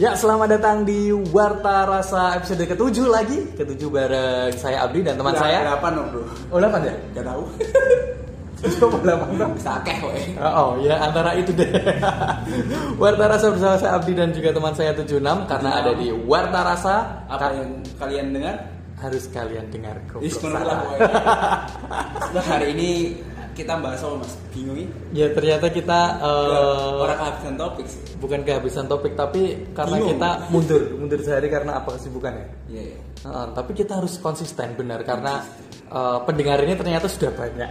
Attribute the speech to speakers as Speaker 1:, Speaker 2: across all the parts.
Speaker 1: Ya, selamat datang di Warta Rasa episode ketujuh lagi. Ketujuh bareng saya Abdi dan teman
Speaker 2: Udah
Speaker 1: saya.
Speaker 2: Berapa no bro?
Speaker 1: Oh, 8 ya?
Speaker 2: Gak tau.
Speaker 1: Coba 8 dong.
Speaker 2: Bisa akeh we.
Speaker 1: Oh, oh, ya antara itu deh. Warta Rasa bersama saya Abdi dan juga teman saya 76 karena
Speaker 2: Nah.
Speaker 1: ada di Warta Rasa
Speaker 2: Apa yang kalian dengar?
Speaker 1: harus kalian dengar goblok
Speaker 2: Bismillah
Speaker 1: salah.
Speaker 2: we. Nah hari ini kita bahas apa mas? Bingung ini?
Speaker 1: Ya, ternyata kita eh,
Speaker 2: Ya, Orang kehabisan topik sih.
Speaker 1: bukan kehabisan topik tapi karena
Speaker 2: Bingung.
Speaker 1: kita mundur, mundur sehari karena apa kesibukannya?
Speaker 2: Iya iya.
Speaker 1: Heeh, tapi kita harus konsisten benar karena eh, pendengar ini ternyata sudah banyak.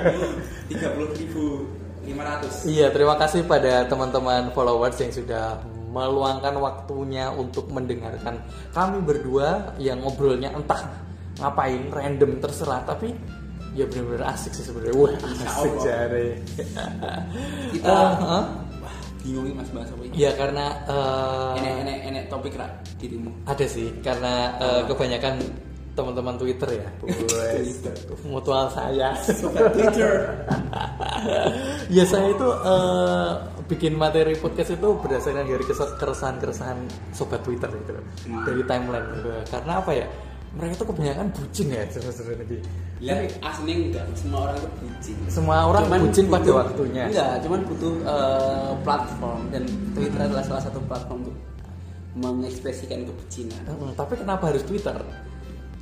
Speaker 2: Tiga puluh ribu lima ratus.
Speaker 1: iya, terima kasih pada teman-teman followers yang sudah meluangkan waktunya untuk mendengarkan kami berdua yang ngobrolnya entah ngapain random terserah tapi ya benar-benar asik sih sebenarnya. Wah, asik
Speaker 2: Allah.
Speaker 1: jare.
Speaker 2: Kita
Speaker 1: Eh, eh.
Speaker 2: wah bingung ini mas bahas apa ini?
Speaker 1: Ya karena eh,
Speaker 2: Enek enek enek topik rak dirimu.
Speaker 1: ada sih karena eh, kebanyakan teman-teman Twitter ya. Wes, Mutual saya.
Speaker 2: Twitter.
Speaker 1: ya saya itu eh, bikin materi podcast itu berdasarkan dari kes- keresahan-keresahan sobat Twitter itu loh.
Speaker 2: Hmm.
Speaker 1: dari timeline gitu. karena apa ya mereka tuh kebanyakan bucin ya sebenarnya gitu.
Speaker 2: Lihat aslinya enggak semua orang itu bucin.
Speaker 1: semua orang bucin pada
Speaker 2: butuh-
Speaker 1: waktunya
Speaker 2: Enggak, cuman butuh eh, platform dan Twitter adalah salah satu platform untuk mengekspresikan kebucinan.
Speaker 1: Mm, tapi kenapa harus Twitter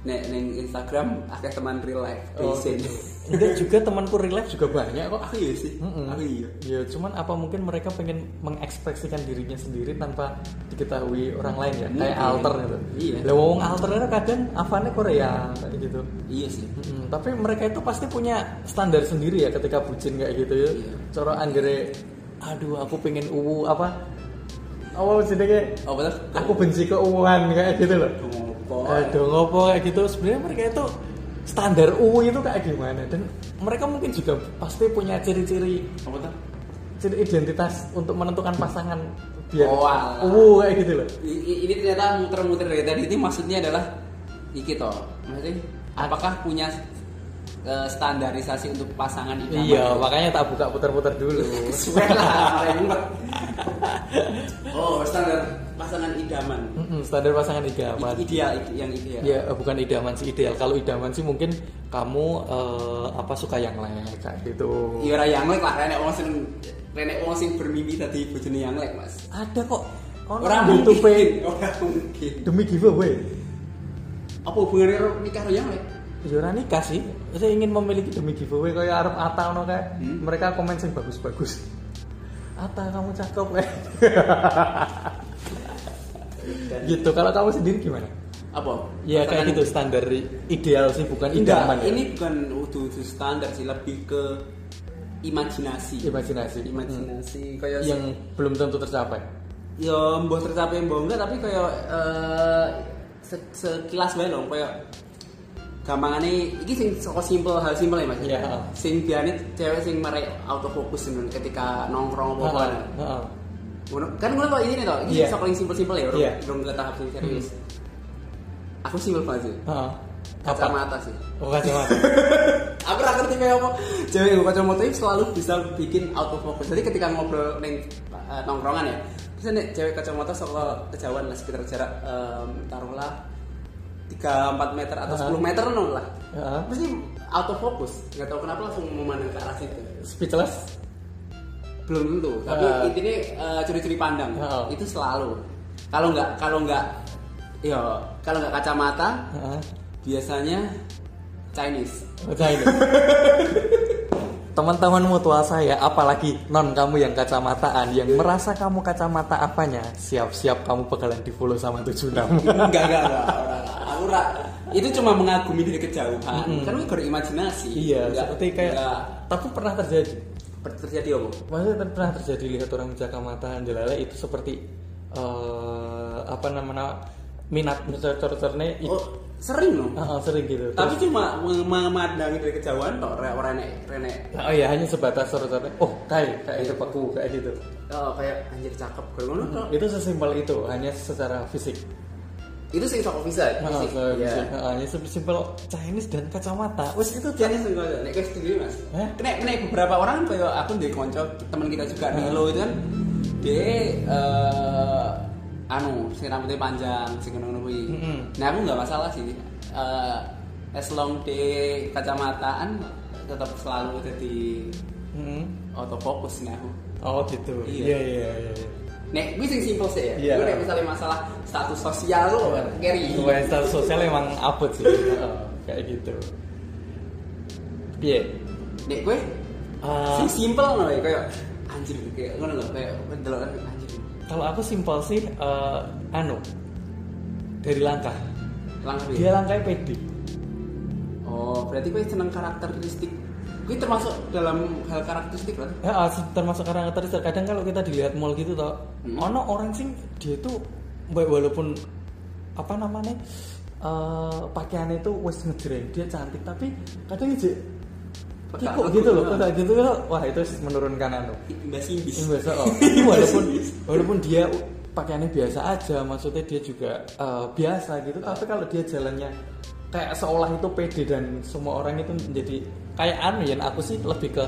Speaker 2: Nek neng Instagram ada teman real life,
Speaker 1: Oh,
Speaker 2: recent.
Speaker 1: enggak juga temanku relap juga banyak kok
Speaker 2: Aku iya sih,
Speaker 1: Mm-mm.
Speaker 2: aku iya.
Speaker 1: ya cuman apa mungkin mereka pengen mengekspresikan dirinya sendiri tanpa diketahui orang lain ya kayak
Speaker 2: Mungkin.
Speaker 1: alter gitu
Speaker 2: Iya.
Speaker 1: lah wong alter itu kadang avannya Korea kayak gitu
Speaker 2: Iya sih.
Speaker 1: Mm, tapi mereka itu pasti punya standar sendiri ya ketika bucin kayak gitu ya.
Speaker 2: Iya.
Speaker 1: Coro anggere aduh aku pengen uwu apa? Apa jenenge?
Speaker 2: Oh betul.
Speaker 1: Aku benci keuwuhan kayak gitu loh.
Speaker 2: ngopo.
Speaker 1: Aduh ngopo kayak gitu sebenarnya mereka itu standar uwu itu kayak gimana dan mereka mungkin juga pasti punya ciri-ciri
Speaker 2: Apa tuh?
Speaker 1: ciri identitas untuk menentukan pasangan biar
Speaker 2: Oh, alah.
Speaker 1: uwu kayak gitu loh.
Speaker 2: I- i- Ini ternyata muter-muter dari tadi ini maksudnya adalah iki toh. Maksudnya apakah punya eh, standarisasi untuk pasangan idaman?
Speaker 1: Iya, makanya tak buka putar-putar dulu.
Speaker 2: Suwe lah, rempet. Oh, standar pasangan idaman.
Speaker 1: Mm-mm, standar pasangan tiga apa?
Speaker 2: I- Ideal, ide- yang ideal.
Speaker 1: Ya eh, bukan idaman sih ideal. Kalau idaman sih mungkin kamu eh, apa suka yang lain kayak gitu.
Speaker 2: Iya ora yang lek lah, renek wong sing renek wong sing bermimpi tadi bojone yang lek, Mas.
Speaker 1: Ada kok
Speaker 2: Ora
Speaker 1: orang
Speaker 2: mungkin,
Speaker 1: YouTube
Speaker 2: ora mungkin.
Speaker 1: demi giveaway.
Speaker 2: Apa hubungannya karo nikah karo yang lek?
Speaker 1: Ya ora nikah sih. Saya ingin memiliki demi giveaway kayak Arab Ata ono kayak
Speaker 2: Hmm.
Speaker 1: mereka komen sing bagus-bagus. Ata kamu cakep eh.
Speaker 2: Dan
Speaker 1: gitu. Kalau kamu sendiri gimana?
Speaker 2: apa?
Speaker 1: Ya kayak gitu standar ideal sih bukan idaman.
Speaker 2: Enggak,
Speaker 1: ya.
Speaker 2: ini bukan utuh standar sih, lebih ke imajinasi.
Speaker 1: imajinasi. Hmm.
Speaker 2: Imajinasi kayak
Speaker 1: Yang belum tentu tercapai.
Speaker 2: ya mbah tercapai mbah enggak tapi kayak eh, se- sekilas bae loh kayak gampangane iki sing saka simpel hal simpel ya Mas.
Speaker 1: Iya.
Speaker 2: Sing biane cewek sing merek autofocus ngono ketika nongkrong apa apa.
Speaker 1: Heeh, heeh.
Speaker 2: Ngono kan ngono kok ini to. Iki
Speaker 1: Iya.
Speaker 2: sing paling simpel-simpel ya,
Speaker 1: Iya. Hmm.
Speaker 2: belum ke tahap sing serius. Aku simpel banget sih.
Speaker 1: Heeh. Apa?
Speaker 2: Kacamata sih.
Speaker 1: Oh kacamata.
Speaker 2: Aku gak ngerti kayak apa. Cewek yang kacamata itu selalu bisa bikin autofocus. Jadi ketika ngobrol neng eh, nongkrongan ya, bisa nih cewek kacamata soal kejauhan lah sekitar jarak em, taruhlah 3-4 meter atau
Speaker 1: Heeh.
Speaker 2: 10 meter nol lah.
Speaker 1: Heeh.
Speaker 2: Terus dia autofocus, nggak tahu kenapa langsung memandang ke arah situ.
Speaker 1: Speechless.
Speaker 2: Belum tentu, tapi
Speaker 1: Heeh.
Speaker 2: intinya eh, curi-curi pandang
Speaker 1: Heeh.
Speaker 2: itu selalu. Kalau nggak kalau nggak yo kalau nggak kacamata
Speaker 1: Heeh.
Speaker 2: biasanya Chinese.
Speaker 1: Baca ini. Teman-teman mutual saya, apalagi non kamu yang kacamataan, yang merasa kamu kacamata apanya, siap-siap kamu bakalan di follow sama 76
Speaker 2: enggak enggak enggak orang aku ra itu cuma mengagumi dari kejauhan kan itu baru imajinasi
Speaker 1: Iya,
Speaker 2: Enggak-
Speaker 1: seperti kayak,
Speaker 2: enggak
Speaker 1: tapi pernah terjadi.
Speaker 2: per- terjadi apa
Speaker 1: Maksudnya ter- pernah terjadi lihat orang kacamataan jelala itu seperti eh, apa namanya minat cor-corne
Speaker 2: oh sering loh
Speaker 1: sering gitu.
Speaker 2: tapi cuma mem- memandangi dari kejauhan toh re- orang nek renek
Speaker 1: oh iya hanya sebatas cor-corne. Oh kayak kayak itu
Speaker 2: Iya.
Speaker 1: paku kayak gitu.
Speaker 2: oh kayak anjir cakep kayak ngono toh
Speaker 1: Itu sesimpel itu hanya secara fisik.
Speaker 2: itu sih sok bisa
Speaker 1: Nah,
Speaker 2: fisik.
Speaker 1: saya
Speaker 2: Iya.
Speaker 1: bisa. Nah, ya simpel Chinese dan kacamata. Wes itu
Speaker 2: Jadi sungguh aja, nek kowe sendiri mas.
Speaker 1: Hah?
Speaker 2: Nek nek beberapa orang kayak aku di konco teman kita juga Nilo itu kan, dia eh, anu sing rambutnya panjang sing ngono kuwi.
Speaker 1: Mm-mm.
Speaker 2: Nah aku nggak masalah sih. Eh as long di kacamataan tetap selalu jadi
Speaker 1: Mm-mm.
Speaker 2: autofocus nih aku.
Speaker 1: Hmm. Oh gitu.
Speaker 2: Iya.
Speaker 1: Iya iya iya. iya.
Speaker 2: Nek gue sing simple sih ya.
Speaker 1: Iya.
Speaker 2: Gue nek misalnya masalah status sosial lo ngeri.
Speaker 1: Lumayan status sosial emang upload sih.
Speaker 2: Iya.
Speaker 1: Heeh, Kayak gitu. Iya.
Speaker 2: Nek gue
Speaker 1: Ah.
Speaker 2: sing simple ngono ya kayak anjir kayak ngono lho kayak delok anjir.
Speaker 1: Kalau aku simpel sih eh, anu dari langkah.
Speaker 2: Langkah
Speaker 1: Dia langkahnya pede.
Speaker 2: ya? Oh, berarti gue seneng karakteristik. Gue termasuk dalam hal karakteristik kan?
Speaker 1: Ya, ah, se- termasuk karakteristik terkadang kalau kita dilihat mall gitu toh,
Speaker 2: Hmm.
Speaker 1: ono orang sing dia tuh wa- walaupun apa namanya eh, pakaiannya itu wes ngejreng dia cantik tapi kadang aja kikuk gitu loh kayak gitu loh wah itu menurunkan anu
Speaker 2: Mbak Simbis.
Speaker 1: Yang biasa, oh. Tapi walaupun walaupun dia pakaiannya biasa aja, maksudnya dia juga eh, biasa gitu. Tapi kalau dia jalannya kayak seolah itu pede dan semua orang itu menjadi kayak anu ya. Aku sih lebih ke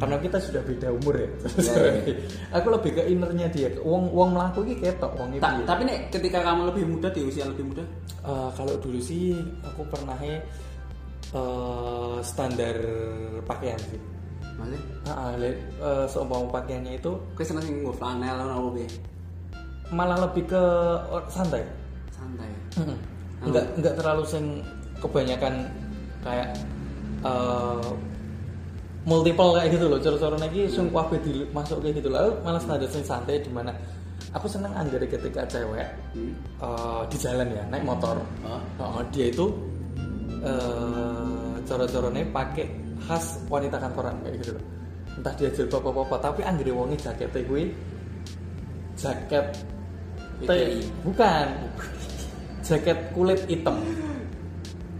Speaker 1: karena kita sudah beda umur ya.
Speaker 2: Iya, iya.
Speaker 1: aku lebih ke innernya dia. Wong wong melaku iki ketok wong iki.
Speaker 2: Ta- tapi nih ketika kamu lebih muda di usia lebih muda,
Speaker 1: Eh, kalau dulu sih aku pernahnya eh, standar pakaian sih.
Speaker 2: maksudnya
Speaker 1: Heeh, le- eh, seumpama pakaiannya itu
Speaker 2: gue seneng sih gue flanel atau apa be?
Speaker 1: malah lebih ke or- santai.
Speaker 2: Santai.
Speaker 1: Mm-mm. nggak nggak terlalu sing kebanyakan kayak eh, multiple kayak gitu loh coro-coro lagi sung kabeh dimasuk kayak gitu loh malah standar sing santai di mana aku seneng anggere ketika cewek
Speaker 2: Hmm.
Speaker 1: eh, di jalan ya naik motor
Speaker 2: Oh.
Speaker 1: Oh, dia itu eh coro-corone pakai khas wanita kantoran kayak gitu loh entah dia jilbab apa apa tapi anggere wonge jaketnya kuwi jaket
Speaker 2: Putih.
Speaker 1: bukan jaket kulit hitam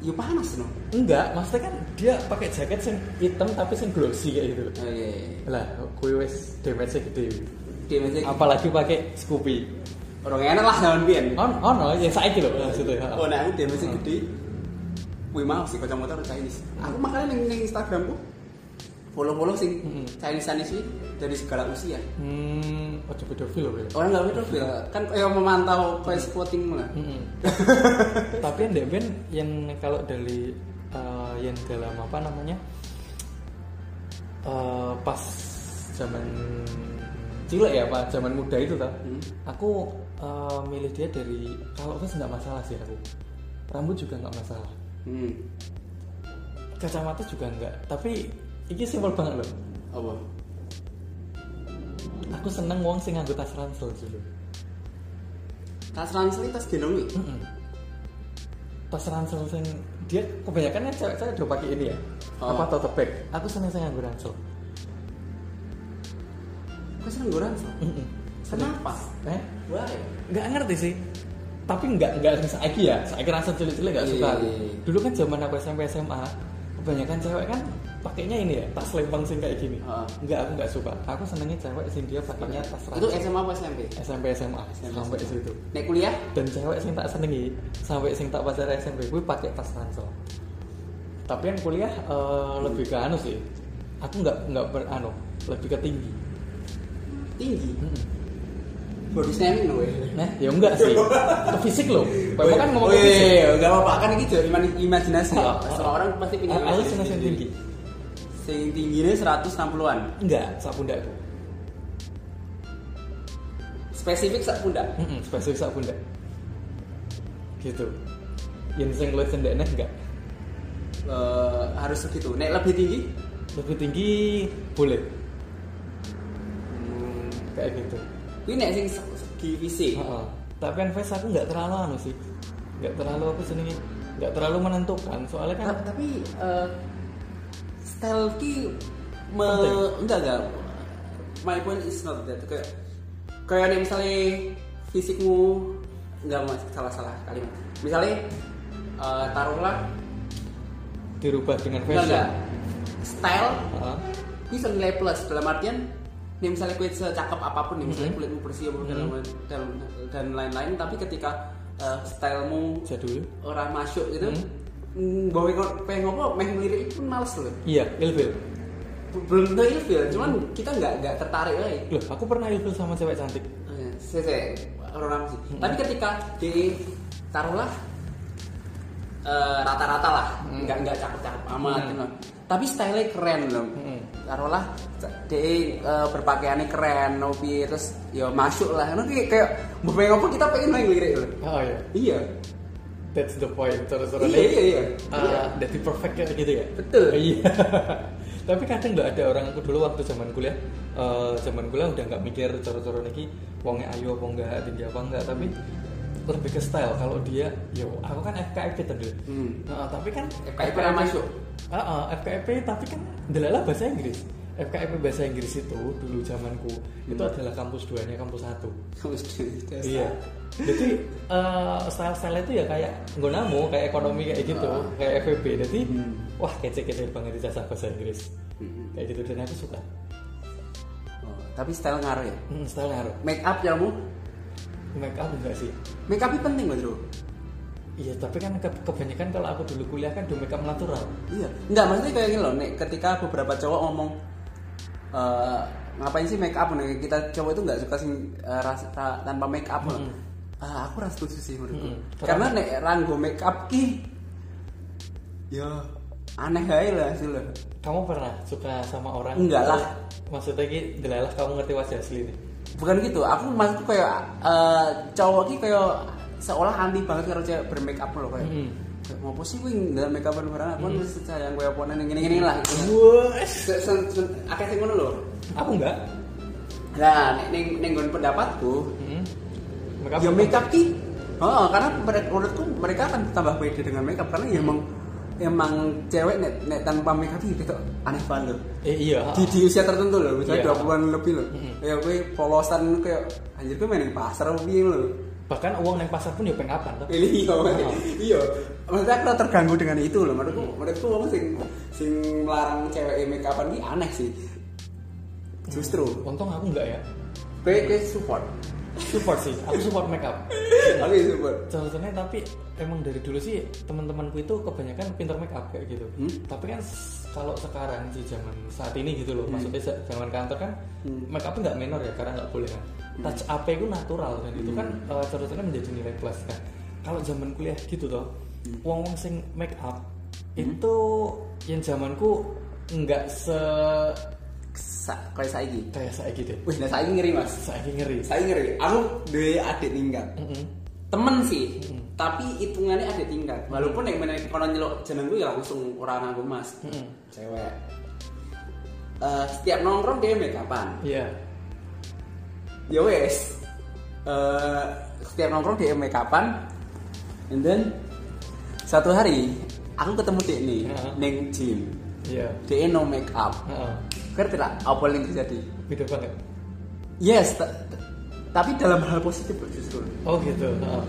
Speaker 2: Yo Ya panas no.
Speaker 1: enggak maksudnya kan dia pakai jaket sing hitam tapi sing glossy kayak gitu loh
Speaker 2: Oh iya. iya.
Speaker 1: lah kue wes damage gede
Speaker 2: Dia masih
Speaker 1: apalagi pakai Scoopy
Speaker 2: orang enak lah tahun bian.
Speaker 1: on on oh yang saya gitu loh maksudnya
Speaker 2: Oh nah, aku dia masih gede. Wih mau sih kacamata orang Chinese. Aku makanya neng neng Instagramku follow-follow sing
Speaker 1: Mm-mm.
Speaker 2: Chinese Chinese ini dari segala usia.
Speaker 1: hmm oh coba pedofil loh ya
Speaker 2: orang nggak pedofil kan kayak memantau kayak spotting mana
Speaker 1: Mm-mm. tapi yang Ben yang kalau dari eh, yang dalam apa namanya eh, pas zaman cilik ya pak zaman muda itu tau
Speaker 2: Hmm.
Speaker 1: aku eh, milih dia dari kalau terus nggak masalah sih aku rambut juga nggak masalah
Speaker 2: hmm
Speaker 1: kacamata juga nggak tapi ini simpel banget loh
Speaker 2: apa
Speaker 1: aku seneng wong sing nganggo tas ransel dulu
Speaker 2: tas ransel ini tas dinomi
Speaker 1: Mm-mm. Pas ransel sing dia kebanyakan kan cewek-cewek udah pakai ini ya.
Speaker 2: Oh.
Speaker 1: Apa tote bag? Aku seneng seneng nganggo ransel.
Speaker 2: kok seneng gue ransel
Speaker 1: Mm-mm.
Speaker 2: kenapa
Speaker 1: Eh,
Speaker 2: why
Speaker 1: nggak ngerti sih. Tapi nggak nggak sing saiki ya. Saiki ransel cilik-cilik nggak
Speaker 2: Iya,
Speaker 1: suka.
Speaker 2: iya, iya.
Speaker 1: Dulu kan zaman aku SMP SMA, kebanyakan cewek kan pakainya ini ya, tas lempeng sing kayak gini.
Speaker 2: Ah. Iya.
Speaker 1: Nggak, aku nggak suka. Aku senengnya cewek sing dia pakainya tas
Speaker 2: itu
Speaker 1: ransel.
Speaker 2: SMA apa SMP
Speaker 1: SMP SMA sampai situ.
Speaker 2: naik kuliah
Speaker 1: dan cewek sing tak senengi sampai sing tak pacar SMP gue pakai tas ransel tapi yang kuliah eh, lebih ke anu sih aku nggak nggak beranu lebih ke tinggi
Speaker 2: tinggi
Speaker 1: Mm-mm.
Speaker 2: body slamming loh ya
Speaker 1: nah ya enggak sih ke fisik loh memang kan ngomong ke
Speaker 2: Wih,
Speaker 1: fisik
Speaker 2: nggak apa-apa kan ini jadi iman- imajinasi
Speaker 1: Oh,
Speaker 2: ya.
Speaker 1: oh.
Speaker 2: Semua orang pasti punya
Speaker 1: Aku- aku seneng sing
Speaker 2: sendiri.
Speaker 1: tinggi
Speaker 2: Sing tingginya 160-an.
Speaker 1: enggak sak pundakku
Speaker 2: Spesifik sak pundak.
Speaker 1: Mm-mm, spesifik sak pundak gitu yang sing luwih cendekne enggak
Speaker 2: Eh, harus segitu. Naik lebih tinggi?
Speaker 1: lebih tinggi boleh kayak gitu
Speaker 2: Ini naik sing se- segi fisik.
Speaker 1: Heeh. Tapi kan face aku nggak terlalu anu sih, nggak terlalu aku senengnya, nggak terlalu menentukan. Soalnya kan
Speaker 2: Ta- tapi eh, style ki me,
Speaker 1: Penting.
Speaker 2: enggak enggak my point is not that kayak kayak nih misalnya fisikmu enggak mas salah salah kalimat misalnya eh, taruhlah
Speaker 1: dirubah dengan
Speaker 2: enggak
Speaker 1: fashion.
Speaker 2: enggak style
Speaker 1: Heeh.
Speaker 2: ini bisa nilai plus dalam artian nih misalnya kulit secakap apapun nih misalnya kulitmu bersih apapun dalam- dalam- dan lain-lain tapi ketika eh, stylemu
Speaker 1: Jadul.
Speaker 2: orang masuk gitu hmm. gawe kok pengen ngopo meh ngelirik pun males loh
Speaker 1: Iya, ilfil.
Speaker 2: belum tentu ilfil cuman kita nggak nggak tertarik lagi
Speaker 1: Loh, aku pernah ilfil sama cewek cantik.
Speaker 2: saya saya orang sih tapi ketika di taruhlah eh, rata-rata lah nggak nggak cakep-cakep amat gitu. tapi style keren loh taruhlah de eh, berpakaiannya keren nopi terus ya masuk lah nanti kayak beberapa apa kita pengen main lirik loh
Speaker 1: Oh ya,
Speaker 2: iya
Speaker 1: that's the point. Terus-terus.
Speaker 2: iya iya iya
Speaker 1: Ah, jadi perfect kayak gitu ya.
Speaker 2: Betul.
Speaker 1: Iya. Tapi kadang nggak ada orang aku dulu waktu zaman kuliah, eh, zaman kuliah udah nggak mikir coro-coro lagi wongnya ayu apa enggak, tinggi apa enggak, tapi lebih ke style kalau dia yo aku kan FKIP tadi
Speaker 2: Hmm.
Speaker 1: Nah, tapi kan
Speaker 2: FKIP pernah masuk?
Speaker 1: Ah, ah, FKIP tapi kan delala bahasa Inggris FKIP bahasa Inggris itu dulu zamanku itu
Speaker 2: Hmm.
Speaker 1: adalah kampus duanya kampus satu
Speaker 2: kamu sudah
Speaker 1: Iya. Jadi eh style-style itu ya kayak nggonamu, kayak ekonomi kayak gitu,
Speaker 2: Ah. Hmm.
Speaker 1: kayak FVB. Jadi wah kece-kece banget di jasa bahasa Inggris. Kayak gitu dan aku suka.
Speaker 2: Oh, tapi style ngaruh ya
Speaker 1: Hmm, style ngaruh.
Speaker 2: make up ya mu
Speaker 1: Make up enggak sih?
Speaker 2: make up itu penting loh bro
Speaker 1: Iya, tapi kan ke- kebanyakan kalau aku dulu kuliah kan do make up natural.
Speaker 2: iya nggak maksudnya kayak gini loh nek ketika beberapa cowok ngomong eh, ngapain sih make up nih kita cowok itu nggak suka sih eh, ras- ta- tanpa make up loh. Ah, aku ras setuju sih menurutku
Speaker 1: Mm-mm.
Speaker 2: karena nek ranggo make up ki ya aneh aja lah sih loh
Speaker 1: Kamu pernah suka sama orang?
Speaker 2: Enggak lah.
Speaker 1: Maksudnya ki delalah kamu ngerti wajah asli ini.
Speaker 2: bukan gitu aku maksudku kayak eh, cowok ki kayak seolah anti banget kalau cewek bermake up loh kayak
Speaker 1: Mm-mm.
Speaker 2: kayak mau sih gue nggak make upan barang aku harus sayang gue apa nih gini gini lah Se- se- se- akeh sing ngono loh
Speaker 1: Aku enggak.
Speaker 2: Nah, nek- neng neng nggon pendapatku,
Speaker 1: Hmm. Make up.
Speaker 2: ya makeup ki. Oh, karena mere- menurutku mereka akan tambah pede dengan makeup karena ya emang emang cewek nek, nek tanpa makeup itu tuh aneh banget loh.
Speaker 1: Eh, iya.
Speaker 2: Di, di usia tertentu loh,
Speaker 1: Iya.
Speaker 2: misalnya 20-an lebih loh.
Speaker 1: Mm-mm.
Speaker 2: Ya gue polosan kayak anjir gue main di pasar opo piye loh.
Speaker 1: Bahkan uang yang pasar pun ya make upan, toh.
Speaker 2: Ini iya, Mas.
Speaker 1: Oh.
Speaker 2: iya. Maksudnya aku terganggu dengan itu loh. Menurutku, menurutku wong sing sing melarang cewek make upan ki aneh sih. Justru,
Speaker 1: Untung aku enggak ya.
Speaker 2: gue gue support.
Speaker 1: support sih aku support makeup
Speaker 2: Aku support.
Speaker 1: contohnya tapi emang dari dulu sih teman-temanku itu kebanyakan pinter makeup kayak gitu
Speaker 2: Hmm.
Speaker 1: tapi kan s- kalau sekarang sih zaman saat ini gitu loh maksudnya se- zaman kantor kan makeup nggak minor ya karena nggak boleh kan touch up itu natural dan itu kan eh, contohnya menjadi nilai plus kan kalau zaman kuliah gitu toh wong wong sing make up itu yang zamanku nggak se
Speaker 2: Sa kayak saiki.
Speaker 1: kayak saya gitu
Speaker 2: Wih, nah saiki ngeri, Mas.
Speaker 1: saya ngeri
Speaker 2: Saiki ngeri. Aku duwe adik tingkat.
Speaker 1: Mm-mm.
Speaker 2: Temen sih, tapi hitungannya adik tingkat. Walaupun yang mana kono nyeluk jenengku ya langsung orang aku, Mas.
Speaker 1: Mm-mm.
Speaker 2: Cewek. Eh, setiap nongkrong dia make upan.
Speaker 1: iya
Speaker 2: Ya wes. Eh, setiap nongkrong dia make upan. And then satu hari aku ketemu dia nih,
Speaker 1: Heeh.
Speaker 2: neng gym.
Speaker 1: iya
Speaker 2: Dia no make up.
Speaker 1: Heeh.
Speaker 2: Ngerti lah apa yang terjadi?
Speaker 1: beda banget
Speaker 2: Yes, t- t- tapi dalam hal positif loh justru.
Speaker 1: Oh gitu. Heeh.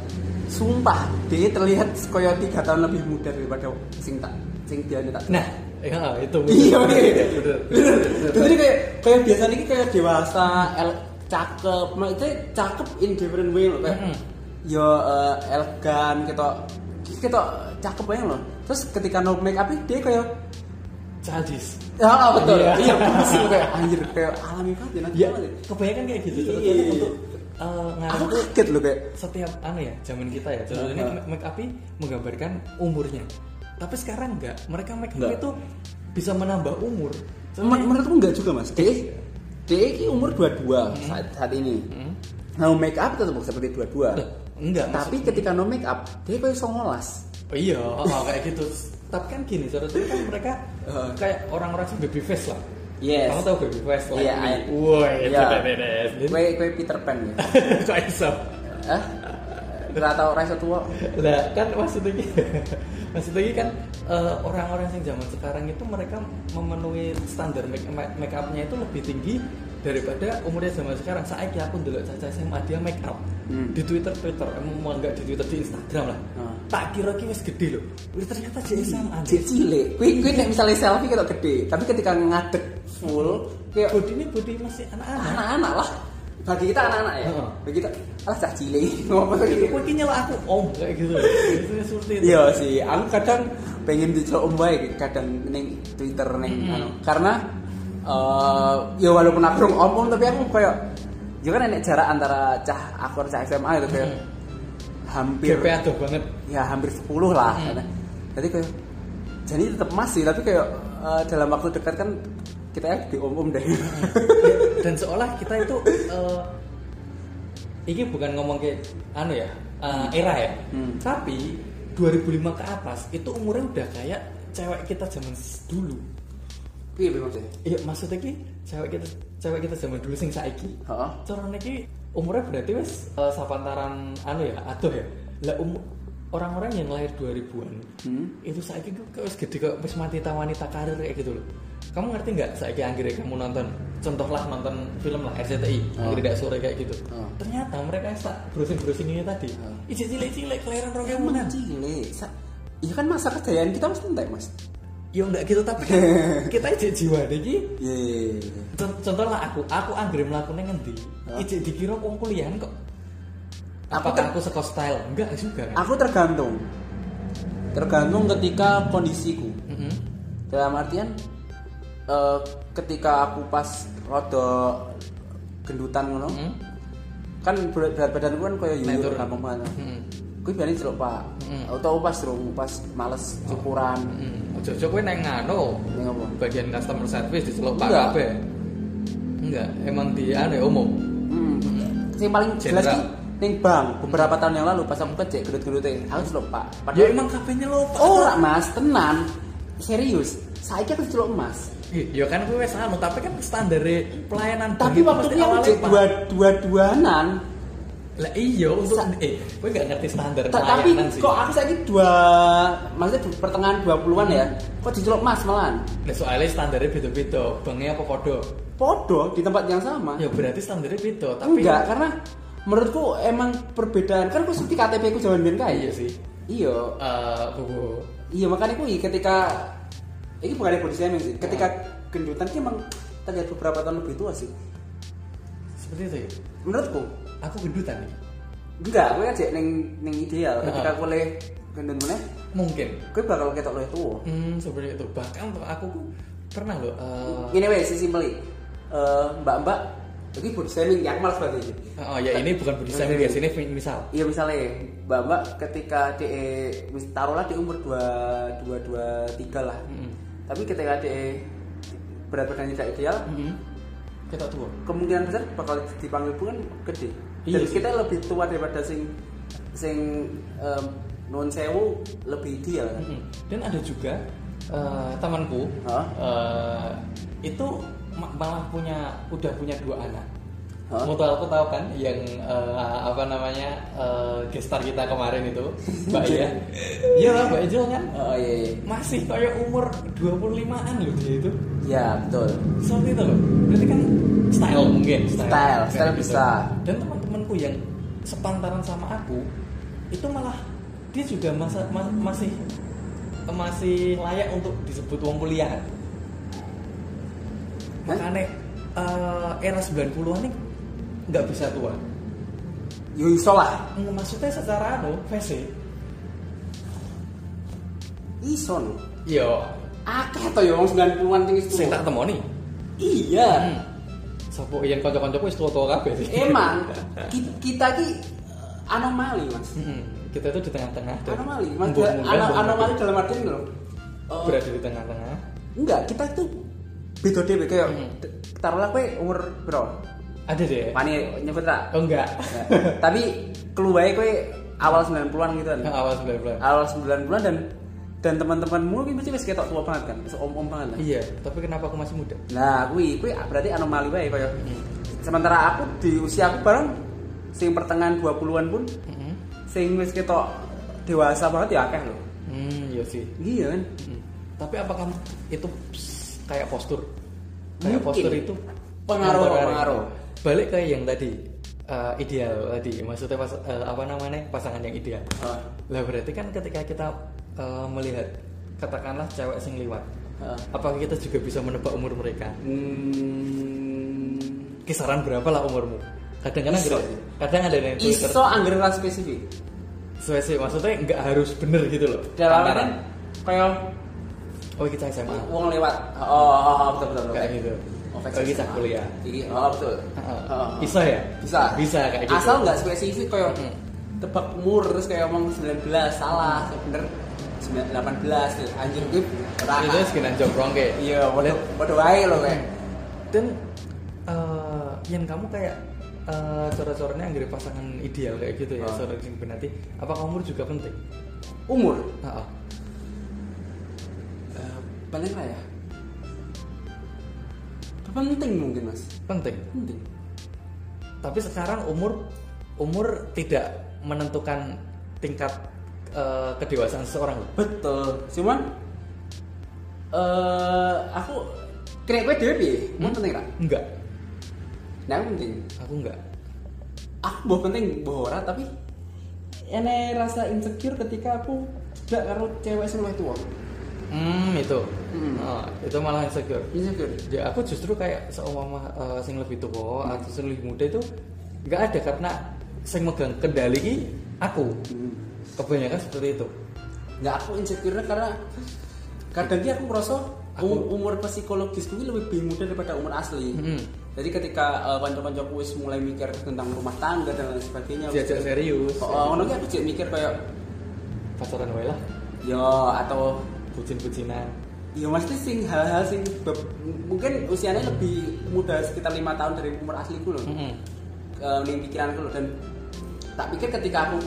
Speaker 2: Sumpah, dia terlihat koyo tiga tahun lebih muda daripada sing tak sing dia tak.
Speaker 1: Nah, iya itu.
Speaker 2: Iya, oke.
Speaker 1: Bener, bener, bener, bener.
Speaker 2: Jadi kayak kayak biasanya ini kayak dewasa, el, cakep, maksudnya cakep in different way loh kayak.
Speaker 1: Mm-mm.
Speaker 2: Yo eh, elegan gitu. Kita cakep banget loh. Terus ketika no make up dia kayak
Speaker 1: Childish.
Speaker 2: Ya betul.
Speaker 1: Iya.
Speaker 2: Iya, bagus loh, kayak anjir kayak alami banget ya,
Speaker 1: Ya,
Speaker 2: natural ya.
Speaker 1: kebanyakan kayak gitu.
Speaker 2: Iya.
Speaker 1: Terutama untuk eh,
Speaker 2: Aku
Speaker 1: ngaruh tuh
Speaker 2: kaget loh kayak
Speaker 1: setiap anu ya, zaman kita ya. Contohnya
Speaker 2: Heeh.
Speaker 1: make up menggambarkan umurnya. Tapi sekarang enggak. Mereka make up
Speaker 2: Enggak.
Speaker 1: itu bisa menambah umur.
Speaker 2: Men menurutku enggak juga mas DE DE ini umur 22 saat, saat ini
Speaker 1: Hmm?
Speaker 2: Nah make up tetap seperti 22
Speaker 1: Lah, enggak.
Speaker 2: Tapi ketika no make up DE kayak songolas
Speaker 1: Oh, iya, oh, kayak gitu. Tapi kan gini, contohnya kan mereka
Speaker 2: Heeh.
Speaker 1: kayak orang-orang sih baby face lah.
Speaker 2: Yes
Speaker 1: Kamu tahu baby face lah.
Speaker 2: Iya, I-
Speaker 1: Woi, itu
Speaker 2: Iya.
Speaker 1: beres.
Speaker 2: Kue kue Peter Pan ya
Speaker 1: Kok iso?
Speaker 2: Hah? Gak tau rasa tua
Speaker 1: lah kan maksudnya maksudnya kan eh, orang-orang yang zaman sekarang itu mereka memenuhi standar make, make- make upnya itu lebih tinggi daripada umurnya zaman sekarang saya aku dulu caca SMA dia make up
Speaker 2: Hmm.
Speaker 1: di Twitter Twitter emang mau nggak di Twitter di Instagram lah
Speaker 2: Hmm.
Speaker 1: tak kira kira gede loh Wih, ternyata dia SMA
Speaker 2: Cek cilik Kue kue nek misalnya selfie kita gede Tapi ketika ngadek full Kayak
Speaker 1: body ini body masih anak-anak
Speaker 2: anak-anak lah Bagi kita anak-anak ya
Speaker 1: Heeh.
Speaker 2: Bagi kita Alah cah cilik Ngomong
Speaker 1: itu
Speaker 2: gitu
Speaker 1: kok ini nyelok aku om kayak gitu loh. Biasanya seperti itu
Speaker 2: Iya sih, aku kadang pengen dicelok om baik kadang neng Twitter neng anu. karena eh ya walaupun aku rung om om tapi aku kayak juga kan enek jarak antara cah akor cah SMA gitu kayak hampir
Speaker 1: GP aduh banget
Speaker 2: ya hampir 10 lah
Speaker 1: Mm-mm.
Speaker 2: jadi kayak jadi tetap masih tapi kayak eh, dalam waktu dekat kan kita ya di om om deh
Speaker 1: dan seolah kita itu eh, ini bukan ngomong kayak anu ya eh, era ya
Speaker 2: Hmm.
Speaker 1: tapi 2005 ke atas itu umurnya udah kayak cewek kita zaman s- dulu
Speaker 2: iya memang sih
Speaker 1: iya maksudnya ki cewek kita cewek kita zaman dulu sing saiki
Speaker 2: Heeh.
Speaker 1: corone ki umurnya berarti wes eh, sapantaran anu ya aduh ya lah umu- orang-orang yang lahir 2000-an
Speaker 2: Hmm.
Speaker 1: itu saiki ku kayak wis gede kayak wis wanita wanita karir kayak gitu loh kamu ngerti nggak saiki anggere kamu nonton contohlah nonton film lah RCTI
Speaker 2: Oh.
Speaker 1: anggere dak sore kayak gitu
Speaker 2: Oh.
Speaker 1: ternyata mereka yang tak browsing browsing ini tadi
Speaker 2: Oh.
Speaker 1: ijek cilik-cilik kelahiran rong
Speaker 2: emang
Speaker 1: ewunan
Speaker 2: cilik Sa- iya kan masa kejayaan kita mesti entek mas
Speaker 1: ya enggak gitu tapi kan kita ijek jiwa iki
Speaker 2: iya iya, iya, iya.
Speaker 1: Con- Contohlah aku, aku anggere mlakune ngendi?
Speaker 2: Hah?
Speaker 1: Ijek dikira wong kuliahan kok.
Speaker 2: Aku
Speaker 1: Apakah
Speaker 2: ter-
Speaker 1: aku seko style? Enggak juga kan.
Speaker 2: aku tergantung tergantung ketika kondisiku
Speaker 1: Mm-mm.
Speaker 2: dalam artian eh, ketika aku pas rodo gendutan ngono
Speaker 1: Mm-mm.
Speaker 2: kan berat berat badanku kan kayak
Speaker 1: Hmm. Naik
Speaker 2: yuyur
Speaker 1: turun. Hmm.
Speaker 2: gampang banget
Speaker 1: Mm-mm.
Speaker 2: Kuwi biasanya celuk pak
Speaker 1: Mm.
Speaker 2: atau pas rung pas males
Speaker 1: Oh.
Speaker 2: cukuran
Speaker 1: Mm-mm. Ojo-ojo kowe neng ngano
Speaker 2: ini apa
Speaker 1: bagian customer service dicelok Pak
Speaker 2: Enggak.
Speaker 1: kabeh. Enggak, emang di anu ya, umum.
Speaker 2: hmm. yang paling jelas
Speaker 1: General.
Speaker 2: ki ning bang beberapa tahun yang lalu pas aku kecil gedut gedutnya aku celuk pak
Speaker 1: Ya
Speaker 2: padahal
Speaker 1: emang kabehnya lo. Pak.
Speaker 2: oh ora, mas tenan serius saya aku celuk emas
Speaker 1: Ih, Ya kan kowe wis anu, tapi kan standar pelayanan bank
Speaker 2: tapi
Speaker 1: itu
Speaker 2: waktu
Speaker 1: mesti
Speaker 2: itu aku
Speaker 1: awalnya
Speaker 2: cek
Speaker 1: Pak.
Speaker 2: dua dua duanan
Speaker 1: Lah iya untuk
Speaker 2: Sa-
Speaker 1: eh kowe enggak ngerti standar
Speaker 2: Ta- tapi
Speaker 1: pelayanan sih.
Speaker 2: kok aku saiki dua maksudnya du- pertengahan 20-an ya
Speaker 1: Hmm.
Speaker 2: kok diceluk mas malahan
Speaker 1: Nah, soalnya standarnya beda-beda, banknya apa podo?
Speaker 2: podo di tempat yang sama
Speaker 1: Ya berarti standarnya beda, tapi
Speaker 2: enggak karena menurutku emang perbedaan kan aku seperti KTP ku jaman biyen kae
Speaker 1: Iya sih.
Speaker 2: iya
Speaker 1: Eh, bobo.
Speaker 2: iya makanya ku ketika ini bukan evolusi emang sih ketika
Speaker 1: Iya.
Speaker 2: gendutan ki emang terlihat beberapa tahun lebih tua sih
Speaker 1: Seperti itu. ya?
Speaker 2: menurutku
Speaker 1: Aku gendutan nih.
Speaker 2: enggak aku kan jek ning ning ideal ketika
Speaker 1: Heeh.
Speaker 2: aku le gendut meneh
Speaker 1: Mungkin.
Speaker 2: aku bakal ketok luwih tua
Speaker 1: Hmm, seperti itu. Bahkan tuh aku ku pernah loh. eh,
Speaker 2: Gini weh, sisi beli. Eh, Mbak-mbak, ini body shaming, ya aku malas banget ini.
Speaker 1: oh ya ini bukan body shaming guys, ini misal.
Speaker 2: Iya misalnya, mbak-mbak ketika de mis- taruhlah di umur 2, 2, 2, 3 lah.
Speaker 1: Mm-mm.
Speaker 2: Tapi ketika de berat badannya tidak ideal,
Speaker 1: Mm-mm. Kita tua.
Speaker 2: kemungkinan besar bakal dipanggil bu kan gede.
Speaker 1: Iya
Speaker 2: Dan
Speaker 1: sih.
Speaker 2: kita lebih tua daripada sing sing em, non sewu lebih ideal kan.
Speaker 1: Mm-mm. Dan ada juga eh, temanku
Speaker 2: Hah?
Speaker 1: eh, itu ma- malah punya udah punya dua anak.
Speaker 2: Hah?
Speaker 1: Mau tahu aku tahu kan yang eh, apa namanya eh, gestar kita kemarin itu Mbak Iya. Iya lah Mbak Ijul kan.
Speaker 2: Oh iya, iya.
Speaker 1: masih kayak umur 25-an loh dia itu
Speaker 2: Iya, betul.
Speaker 1: seperti itu loh berarti kan style mungkin style
Speaker 2: Style,
Speaker 1: Kayak gitu.
Speaker 2: style bisa.
Speaker 1: dan teman-temanku yang sepantaran sama aku itu malah dia juga masa, ma- masih masih layak untuk disebut uang kuliah
Speaker 2: Hah?
Speaker 1: makanya eh, era 90-an nih nggak bisa tua
Speaker 2: Yo iso lah.
Speaker 1: maksudnya secara anu VC
Speaker 2: Iso loh.
Speaker 1: yo
Speaker 2: akeh to ya wong 90-an sing
Speaker 1: Iya. sing tak temoni
Speaker 2: Iya.
Speaker 1: Hmm. Sopo yang kanca-kancaku wis tua-tua kabeh sih.
Speaker 2: Emang ki- kita ki eh, anomali, Mas.
Speaker 1: Hmm, kita itu di tengah-tengah. dan
Speaker 2: Anomali, Mas.
Speaker 1: mudah-mudahan
Speaker 2: Ano-
Speaker 1: bukan
Speaker 2: anomali
Speaker 1: kita
Speaker 2: dalam artian loh. eh,
Speaker 1: berada di tengah-tengah.
Speaker 2: enggak, kita tuh beda dhewe kayak
Speaker 1: Hmm. Eh.
Speaker 2: d- taruhlah kowe umur bro.
Speaker 1: Ada deh.
Speaker 2: Pani nyebut tak?
Speaker 1: Oh enggak.
Speaker 2: Ya. Tapi keluarnya kowe awal 90-an gitu kan.
Speaker 1: Yang awal 19.
Speaker 2: Awal 90-an dan dan teman-temanmu ki mesti wis ketok tua banget kan, wis om-om banget. Kan?
Speaker 1: Iya, tapi kenapa aku masih muda?
Speaker 2: Nah, kuwi kuwi berarti anomali wae kaya.
Speaker 1: Hmm.
Speaker 2: Sementara aku di usia aku bareng sing pertengahan 20-an pun
Speaker 1: Mm-mm.
Speaker 2: sing wis ketok dewasa banget ya akeh lho.
Speaker 1: Hmm, iya sih.
Speaker 2: Iya kan?
Speaker 1: Mm-mm. Tapi apakah itu pss, kayak postur? Kayak
Speaker 2: Mungkin. ya.
Speaker 1: postur itu
Speaker 2: Pengaruh,
Speaker 1: mempengaruhi.
Speaker 2: pengaruh.
Speaker 1: Balik ke yang tadi eh, ideal tadi. Maksudnya pas- eh, apa namanya? Pasangan yang ideal.
Speaker 2: Heeh.
Speaker 1: Lah berarti kan ketika kita eh, melihat katakanlah cewek sing liwat,
Speaker 2: Heeh.
Speaker 1: apakah kita juga bisa menebak umur mereka?
Speaker 2: Hmm.
Speaker 1: Kisaran berapa lah umurmu? Kadang-kadang
Speaker 2: Iso.
Speaker 1: gitu- kadang ada yang Twitter.
Speaker 2: Iso anggar ora spesifik.
Speaker 1: Sesuai sih, maksudnya nggak harus bener gitu loh.
Speaker 2: Dalam
Speaker 1: Antara,
Speaker 2: artian kaya
Speaker 1: Oh kita SMA.
Speaker 2: wong lewat. Oh, oh, oh, betul betul. betul.
Speaker 1: Kayak gitu.
Speaker 2: Ofek
Speaker 1: Kalau bisa
Speaker 2: sama.
Speaker 1: kuliah.
Speaker 2: Iya, oh, betul. Heeh.
Speaker 1: Bisa ya?
Speaker 2: Bisa.
Speaker 1: Bisa kayak gitu.
Speaker 2: Asal nggak spesifik kayak
Speaker 1: Mm.
Speaker 2: tebak umur terus kayak ngomong 19 salah, yang bener 19, 18 gitu. Anjir gue
Speaker 1: itu
Speaker 2: neraka.
Speaker 1: sekian jongkrong kayak
Speaker 2: Iya, waduh, waduh wae lo kayak.
Speaker 1: dan eh, yang kamu kayak eh, coret-coretnya anggere pasangan ideal kayak gitu ya
Speaker 2: Ah.
Speaker 1: coret yang benati apakah umur juga penting Hmm.
Speaker 2: Umur
Speaker 1: Heeh.
Speaker 2: Eh, paling lah ya. Penting mungkin, Mas.
Speaker 1: penting
Speaker 2: Penting.
Speaker 1: tapi sekarang umur umur tidak menentukan tingkat eh, kedewasaan seseorang loh
Speaker 2: Betul. Cuman eh aku kira gue dhewe piye? Mau penting ra?
Speaker 1: enggak
Speaker 2: Nah, aku penting.
Speaker 1: aku enggak
Speaker 2: Aku mbok penting mbok ora tapi ene rasa insecure ketika aku gak karo cewek sing luwih tuwa.
Speaker 1: hmm itu
Speaker 2: Hmm.
Speaker 1: Oh, itu malah insecure
Speaker 2: Insecure.
Speaker 1: ya aku justru kayak seumpama eh, sing lebih tua atau sing lebih muda itu nggak ada karena sing megang kendali ki aku
Speaker 2: Hmm.
Speaker 1: kebanyakan seperti itu
Speaker 2: Nggak aku insecure karena kadang ki aku merasa
Speaker 1: Aku-
Speaker 2: um- umur psikologis gue lebih muda daripada umur asli.
Speaker 1: Mm-mm.
Speaker 2: Jadi ketika eh, kanca-kancaku wis mulai mikir tentang rumah tangga dan lain sebagainya.
Speaker 1: diajak serius
Speaker 2: Heeh, Oh, ngono ki aku jek mikir kayak
Speaker 1: pacaran wae lah Oh,
Speaker 2: ya atau
Speaker 1: bucin-bucinan
Speaker 2: Ya mesti sing hal-hal sing beb- mungkin usianya lebih muda sekitar lima tahun dari umur asliku loh.
Speaker 1: Mm-mm.
Speaker 2: Eh, Ning pikiranku loh dan tak pikir ketika aku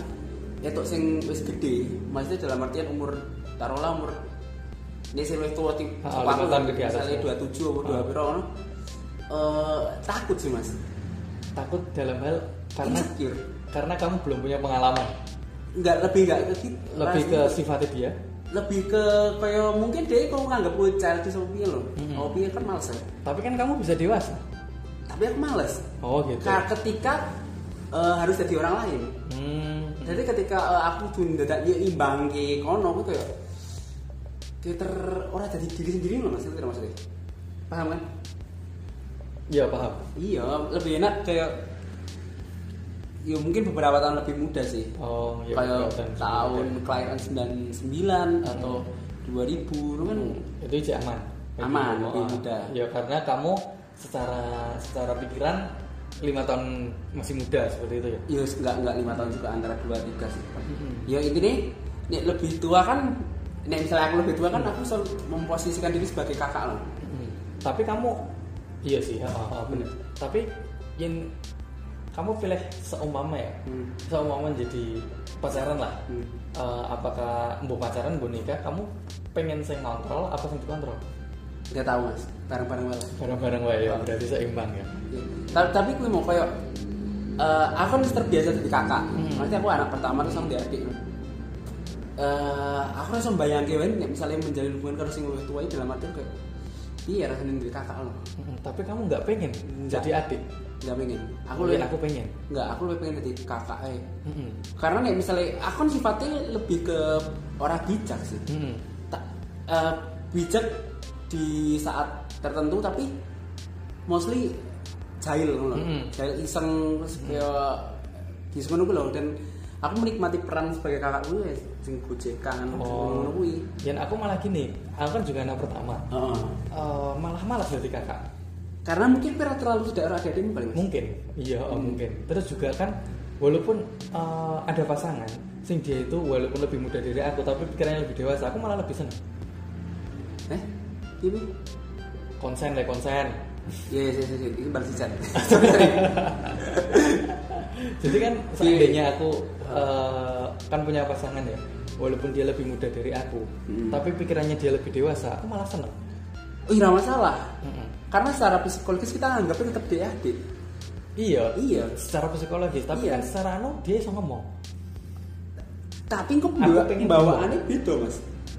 Speaker 2: ya tok sing wis gede, maksudnya dalam artian umur taruhlah umur ini sing wis tua ti-
Speaker 1: Ah,
Speaker 2: sepaku,
Speaker 1: lima tahun ke di atas,
Speaker 2: misalnya
Speaker 1: ya.
Speaker 2: 27 atau
Speaker 1: Ah.
Speaker 2: 2 piro ngono. Eh, takut sih Mas.
Speaker 1: takut dalam hal karena
Speaker 2: Insecure.
Speaker 1: karena kamu belum punya pengalaman
Speaker 2: Enggak lebih enggak ke gitu.
Speaker 1: lebih ke
Speaker 2: rasanya.
Speaker 1: sifatnya dia
Speaker 2: lebih ke kayak mungkin dia kok nganggep gue childish sama piye loh.
Speaker 1: Mm-mm.
Speaker 2: Oh, piye kan males ya.
Speaker 1: tapi kan kamu bisa dewasa
Speaker 2: Tapi aku males.
Speaker 1: oh gitu
Speaker 2: Nah, ketika eh, harus jadi orang lain.
Speaker 1: Hmm.
Speaker 2: Jadi ketika eh, aku tuh dadak dia imbang ke kono aku kayak kayak ter orang jadi diri sendiri loh mas itu maksudnya. Paham kan?
Speaker 1: iya paham
Speaker 2: Iya, lebih enak kayak ya mungkin beberapa tahun lebih muda sih.
Speaker 1: oh iya
Speaker 2: kayak
Speaker 1: kelihatan.
Speaker 2: tahun kelahiran 99 atau 2000 itu kan
Speaker 1: itu aja aman Jadi,
Speaker 2: Aman, lebih
Speaker 1: oh,
Speaker 2: muda.
Speaker 1: ya karena kamu secara secara pikiran lima tahun masih muda seperti itu ya
Speaker 2: ya nggak nggak lima tahun juga antara dua tiga sih ya intinya nek lebih tua kan nek misalnya aku lebih tua kan aku selalu memposisikan diri sebagai kakak loh
Speaker 1: Mm. tapi kamu iya sih ha, ha, ha, bener tapi yang kamu pilih seumpama ya
Speaker 2: Hmm.
Speaker 1: seumpama jadi pacaran lah
Speaker 2: Hmm.
Speaker 1: Eh, apakah mau pacaran mau nikah kamu pengen sing kontrol apa sing dikontrol
Speaker 2: nggak tahu mas bareng bareng malah
Speaker 1: bareng-bareng wae ya berarti seimbang ya
Speaker 2: Ya. Ta- tapi aku mau kayak eh, aku kan terbiasa jadi kakak
Speaker 1: Hmm.
Speaker 2: nanti aku anak pertama terus aku adik Eh aku langsung bayangin nek misalnya menjalin hubungan karo sing lebih tua ini dalam artian kayak iya rasanya jadi kakak loh
Speaker 1: Mm, tapi kamu nggak pengen
Speaker 2: Nggak.
Speaker 1: jadi adik
Speaker 2: nggak pengen aku
Speaker 1: Mungkin
Speaker 2: lebih
Speaker 1: aku ya. pengen
Speaker 2: nggak aku lebih pengen jadi kakak eh
Speaker 1: Mm-mm.
Speaker 2: karena nih misalnya aku kan sifatnya lebih ke orang bijak sih
Speaker 1: Mm-mm.
Speaker 2: Ta- eh, bijak di saat tertentu tapi mostly jahil loh
Speaker 1: Mm-mm.
Speaker 2: jahil iseng terus
Speaker 1: Hmm.
Speaker 2: kayak di sekolah gue loh dan aku menikmati peran sebagai kakak gue ya sing gojekan
Speaker 1: Oh.
Speaker 2: ngono kuwi.
Speaker 1: Dan aku malah gini, aku kan juga anak pertama.
Speaker 2: Heeh.
Speaker 1: Eh, malah malas jadi kakak.
Speaker 2: karena mungkin pernah terlalu tidak ada adikmu kali mas
Speaker 1: Mungkin, iya oh, mungkin. Terus juga kan, walaupun eh, ada pasangan, sing dia itu walaupun lebih muda dari aku, tapi pikirannya lebih dewasa, aku malah lebih seneng.
Speaker 2: eh ini
Speaker 1: Konsen lah konsen.
Speaker 2: ya ya ya ya ini balas chat sorry sorry
Speaker 1: Jadi kan
Speaker 2: Iya.
Speaker 1: seandainya aku eh, kan punya pasangan ya, walaupun dia lebih muda dari aku,
Speaker 2: Hmm.
Speaker 1: tapi pikirannya dia lebih dewasa, aku malah seneng.
Speaker 2: oh iya nggak masalah
Speaker 1: Mm-mm.
Speaker 2: karena secara psikologis kita anggapnya tetap dia adik
Speaker 1: Iya,
Speaker 2: Iya.
Speaker 1: Secara psikologis, tapi
Speaker 2: Iya.
Speaker 1: kan secara anu dia iso ngomong.
Speaker 2: tapi kok
Speaker 1: Aku
Speaker 2: bawa
Speaker 1: pengen
Speaker 2: bawaannya beda mas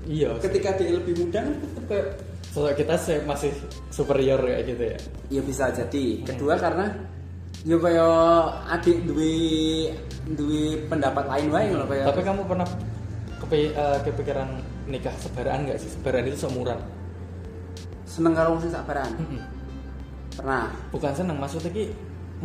Speaker 1: Iya.
Speaker 2: ketika dia lebih muda kan tetap kayak
Speaker 1: Sosok kita se- masih superior kayak gitu ya.
Speaker 2: ya bisa jadi kedua karena ya kayak adik duwe duwe pendapat lain wae loh Iya, kayak
Speaker 1: Tapi kan- kamu pernah kepi- eh, kepikiran nikah sebaran nggak sih? Sebaran itu seumuran.
Speaker 2: seneng karo wong sing sabaran
Speaker 1: Mm-mm.
Speaker 2: pernah
Speaker 1: Bukan seneng maksudnya ki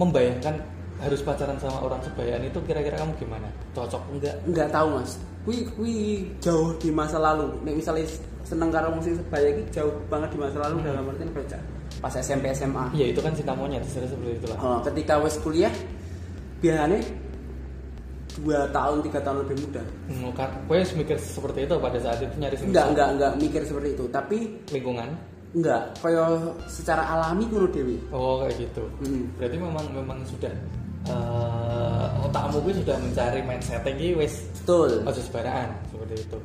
Speaker 1: membayangkan harus pacaran sama orang sebayaan itu kira-kira kamu gimana? Cocok enggak?
Speaker 2: nggak tahu mas kui kui jauh di masa lalu nek misalnya seneng karo wong sing sebaya iki jauh banget di masa lalu dalam artian kayak cak, pas SMP SMA
Speaker 1: Iya itu kan cinta monyet, sebenarnya seperti itulah.
Speaker 2: Oh, ketika wes kuliah biasanya dua tahun tiga tahun lebih muda
Speaker 1: Hmm, kan, gue mikir seperti itu pada saat itu nyari
Speaker 2: enggak enggak enggak mikir seperti itu tapi
Speaker 1: lingkungan.
Speaker 2: enggak kaya secara alami kuno dewi
Speaker 1: Oh kayak gitu.
Speaker 2: Hmm.
Speaker 1: Berarti memang memang sudah eh, otakmu gue sudah mencari mindset ini wes
Speaker 2: betul
Speaker 1: aja sembarangan seperti itu.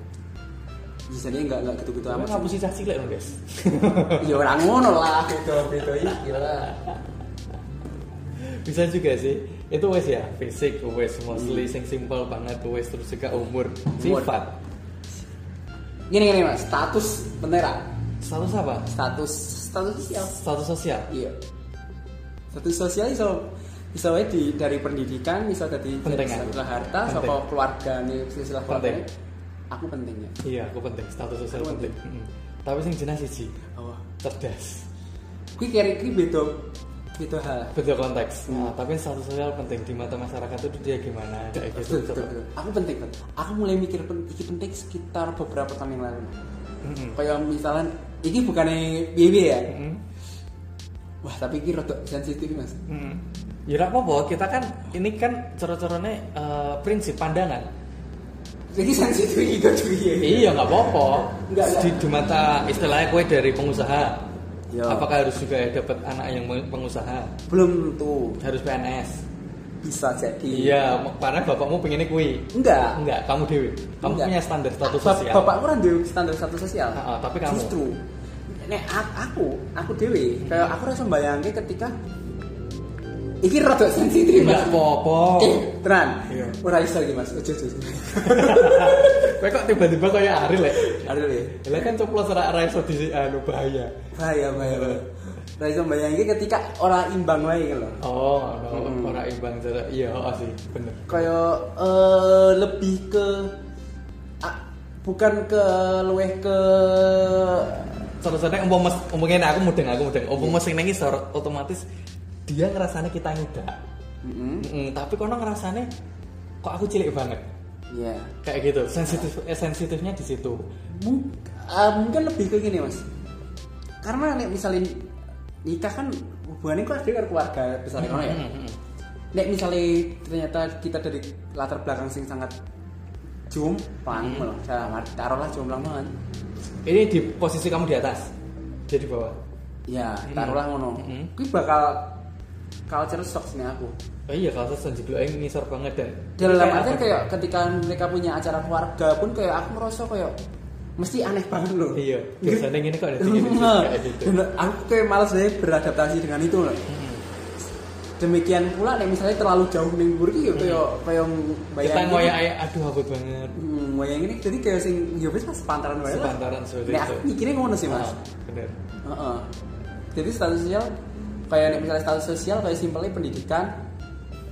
Speaker 2: biasanya enggak enggak gitu gitu
Speaker 1: Kamu
Speaker 2: amat
Speaker 1: ngapusi cah cilik loh guys.
Speaker 2: ya orang ngono lah gitu gitu gila
Speaker 1: Bisa juga sih. Itu wes ya fisik wes mostly sing simple banget wes terus juga umur
Speaker 2: Hmm. Umur.
Speaker 1: sifat.
Speaker 2: gini gini mas status bendera
Speaker 1: Status apa?
Speaker 2: status status sosial
Speaker 1: Status sosial.
Speaker 2: iya status sosial iso iso wae di dari pendidikan iso dari
Speaker 1: Penting, kan?
Speaker 2: silsilah harta
Speaker 1: Penting.
Speaker 2: saka keluarga nih silsilah keluarga
Speaker 1: Penting.
Speaker 2: aku ya. pentingnya
Speaker 1: Iya, aku penting. Status sosial
Speaker 2: Aku
Speaker 1: penting. Mm. Tapi sing jelas siji
Speaker 2: oh
Speaker 1: cerdas.
Speaker 2: kuwi kiri kuwi beda beda hal
Speaker 1: Beda konteks. Nah, tapi status sosial penting di mata masyarakat itu dia gimana? Kayak gitu.
Speaker 2: Betul, betul,
Speaker 1: coba.
Speaker 2: betul. aku penting Bang. aku mulai mikir pen- iki penting sekitar beberapa tahun yang lalu
Speaker 1: Mm-mm.
Speaker 2: kayak misalnya ini bukannya bibi ya
Speaker 1: Mm-mm.
Speaker 2: wah tapi ini rada sensitif mas
Speaker 1: Mm-mm. Ya nggak apa-apa, kita kan ini kan coro-corone eh, prinsip pandangan.
Speaker 2: jadi sensitif gitu juga
Speaker 1: Iya nggak apa-apa.
Speaker 2: Nggak,
Speaker 1: Di, di mata istilahnya kue dari pengusaha.
Speaker 2: Iya.
Speaker 1: Apakah harus juga dapat anak yang pengusaha?
Speaker 2: belum tuh
Speaker 1: Harus PNS?
Speaker 2: bisa jadi
Speaker 1: Iya, karena bapakmu pengennya kue.
Speaker 2: enggak
Speaker 1: Enggak, kamu Dewi. Kamu
Speaker 2: Enggak.
Speaker 1: punya standar status
Speaker 2: Bap-
Speaker 1: sosial.
Speaker 2: Bapakku kan duwe standar status sosial.
Speaker 1: Heeh, tapi kamu?
Speaker 2: justru nek a- aku, aku dewe, kayak aku rasa bayangke ketika iki rada sensitif
Speaker 1: Enggak
Speaker 2: Mas.
Speaker 1: apa-apa.
Speaker 2: Oke, tenan.
Speaker 1: Iya.
Speaker 2: Ora iso iki Mas, ojo ojo.
Speaker 1: Kowe kok tiba-tiba kayak Ariel ya?
Speaker 2: Aduh le.
Speaker 1: Lah kan coplos ra ra iso di anu bahaya.
Speaker 2: Bahaya bahaya. bahaya. Nah, Ora iso bayangke ketika ora imbang wae gitu iki lho.
Speaker 1: Oh, no,
Speaker 2: Mm-mm.
Speaker 1: ora imbang jarak. Iya, oh, sih, bener.
Speaker 2: Kayak eh, lebih ke a- bukan ke luweh ke
Speaker 1: Terusane umpama umpama aku mudeng aku mudeng. Umpama sing nangis sor- otomatis dia ngerasane kita nyuda.
Speaker 2: Heeh.
Speaker 1: Mm, tapi kono ngerasane kok aku cilik banget.
Speaker 2: Iya.
Speaker 1: Kayak gitu. Sensitif eh, sensitifnya di situ.
Speaker 2: Mung- eh, mungkin lebih ke gini mas karena nek misalnya nikah kan hubungannya kok ada dengan keluarga besar kan ya
Speaker 1: Mm, mm, mm.
Speaker 2: nek misalnya ternyata kita dari latar belakang sing sangat jomplang
Speaker 1: Hmm.
Speaker 2: malah salah taruhlah jomplang banget
Speaker 1: Ini di posisi kamu di atas. Jadi bawah.
Speaker 2: ya
Speaker 1: Hmm.
Speaker 2: taruhlah ngono
Speaker 1: Hmm.
Speaker 2: Kuwi bakal culture shock nih aku
Speaker 1: Oh iya, kalau saya juga ngisor banget dan
Speaker 2: dalam artian kayak ketika mereka punya acara keluarga pun kayak aku merasa kayak mesti aneh banget loh Gitu. Nah,
Speaker 1: Iya, biasanya gini kok ada tiga titik, kayak gitu. Hmm.
Speaker 2: Dan aku kayak malas deh beradaptasi dengan itu loh demikian pula nih misalnya terlalu jauh nih buri ya kayak kayak
Speaker 1: Hmm. kita
Speaker 2: bayangin
Speaker 1: ngoyak ayak aduh abot banget
Speaker 2: Hmm, ngoyang ini jadi kayak sing ya wis mas pantaran wae lah.
Speaker 1: Sepantaran seperti itu.
Speaker 2: Nek aku mikirnya ngono sih mas
Speaker 1: Ah, bener
Speaker 2: Heeh. jadi status sosial kayak nek misalnya status sosial kayak simpelnya pendidikan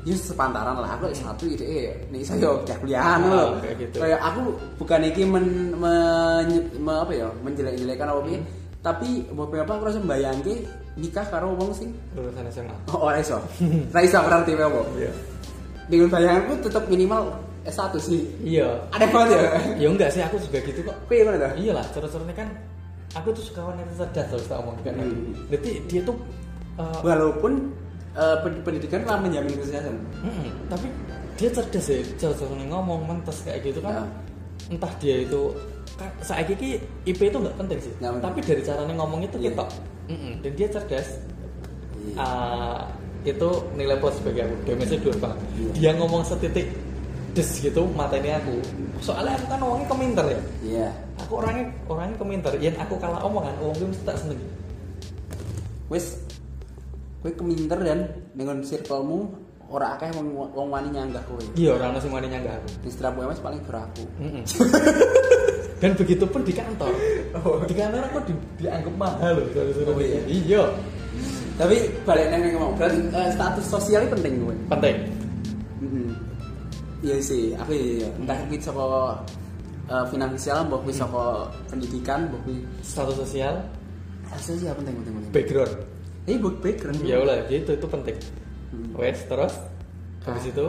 Speaker 2: ya sepantaran lah aku satu ide eh nih saya udah kuliahan
Speaker 1: Ah,
Speaker 2: loh
Speaker 1: kayak gitu.
Speaker 2: kayak aku bukan iki men, men- me- apa ya menjelek-jelekan apa
Speaker 1: Hmm.
Speaker 2: piye. tapi beberapa aku rasa bayangke nikah karo wong sing
Speaker 1: lulusan SMA
Speaker 2: Oh, ora iso. Ora iso berarti apa?
Speaker 1: iya
Speaker 2: Dengan bayanganku tetap minimal S1 sih.
Speaker 1: iya
Speaker 2: Ada banget
Speaker 1: ya
Speaker 2: ya.
Speaker 1: enggak sih aku juga gitu kok
Speaker 2: Kuwi ngono ta?
Speaker 1: iya lah cara-caranya kan aku tuh suka wanita cerdas loh tak omong kan
Speaker 2: Hmm.
Speaker 1: jadi dia tuh eh,
Speaker 2: Walaupun eh, pen- pendidikan telah menjamin kesehatan.
Speaker 1: mm-mm, tapi dia cerdas ya cara-caranya ngomong mentes kayak gitu
Speaker 2: Ya.
Speaker 1: kan entah dia itu kan saya kiki IP itu nggak penting sih
Speaker 2: Nggak penting.
Speaker 1: tapi dari caranya ngomong itu
Speaker 2: Iya.
Speaker 1: kita dan dia cerdas Ah, itu nilai plus bagi aku damage
Speaker 2: Iya.
Speaker 1: dua bang dia ngomong setitik des gitu matanya aku soalnya aku kan orangnya keminter ya
Speaker 2: Iya.
Speaker 1: aku orangnya orangnya keminter yang aku kalah omongan uang gue mesti tak seneng
Speaker 2: Wis kowe keminter dan dengan circlemu ora akeh wong wong wani nyanggah kowe.
Speaker 1: iya orang masih mana nggak aku
Speaker 2: Distrap MS paling beraku.
Speaker 1: Mm-mm. dan begitu pun di kantor di kantor aku di- dianggap mahal loh
Speaker 2: Oh, iya.
Speaker 1: iya
Speaker 2: Tapi balik nang yang ngomong, berarti eh, status sosialnya penting kowe.
Speaker 1: penting
Speaker 2: Mm-mm. Iya sih, aku iya, iya. Entah kuwi saka eh, finansial, mbok kuwi saka pendidikan, mbok kuwi
Speaker 1: status sosial
Speaker 2: Harusnya sih ya, penting penting penting.
Speaker 1: background
Speaker 2: Ini book background.
Speaker 1: ya udah gitu itu penting
Speaker 2: Hmm.
Speaker 1: wes terus
Speaker 2: Ah.
Speaker 1: habis itu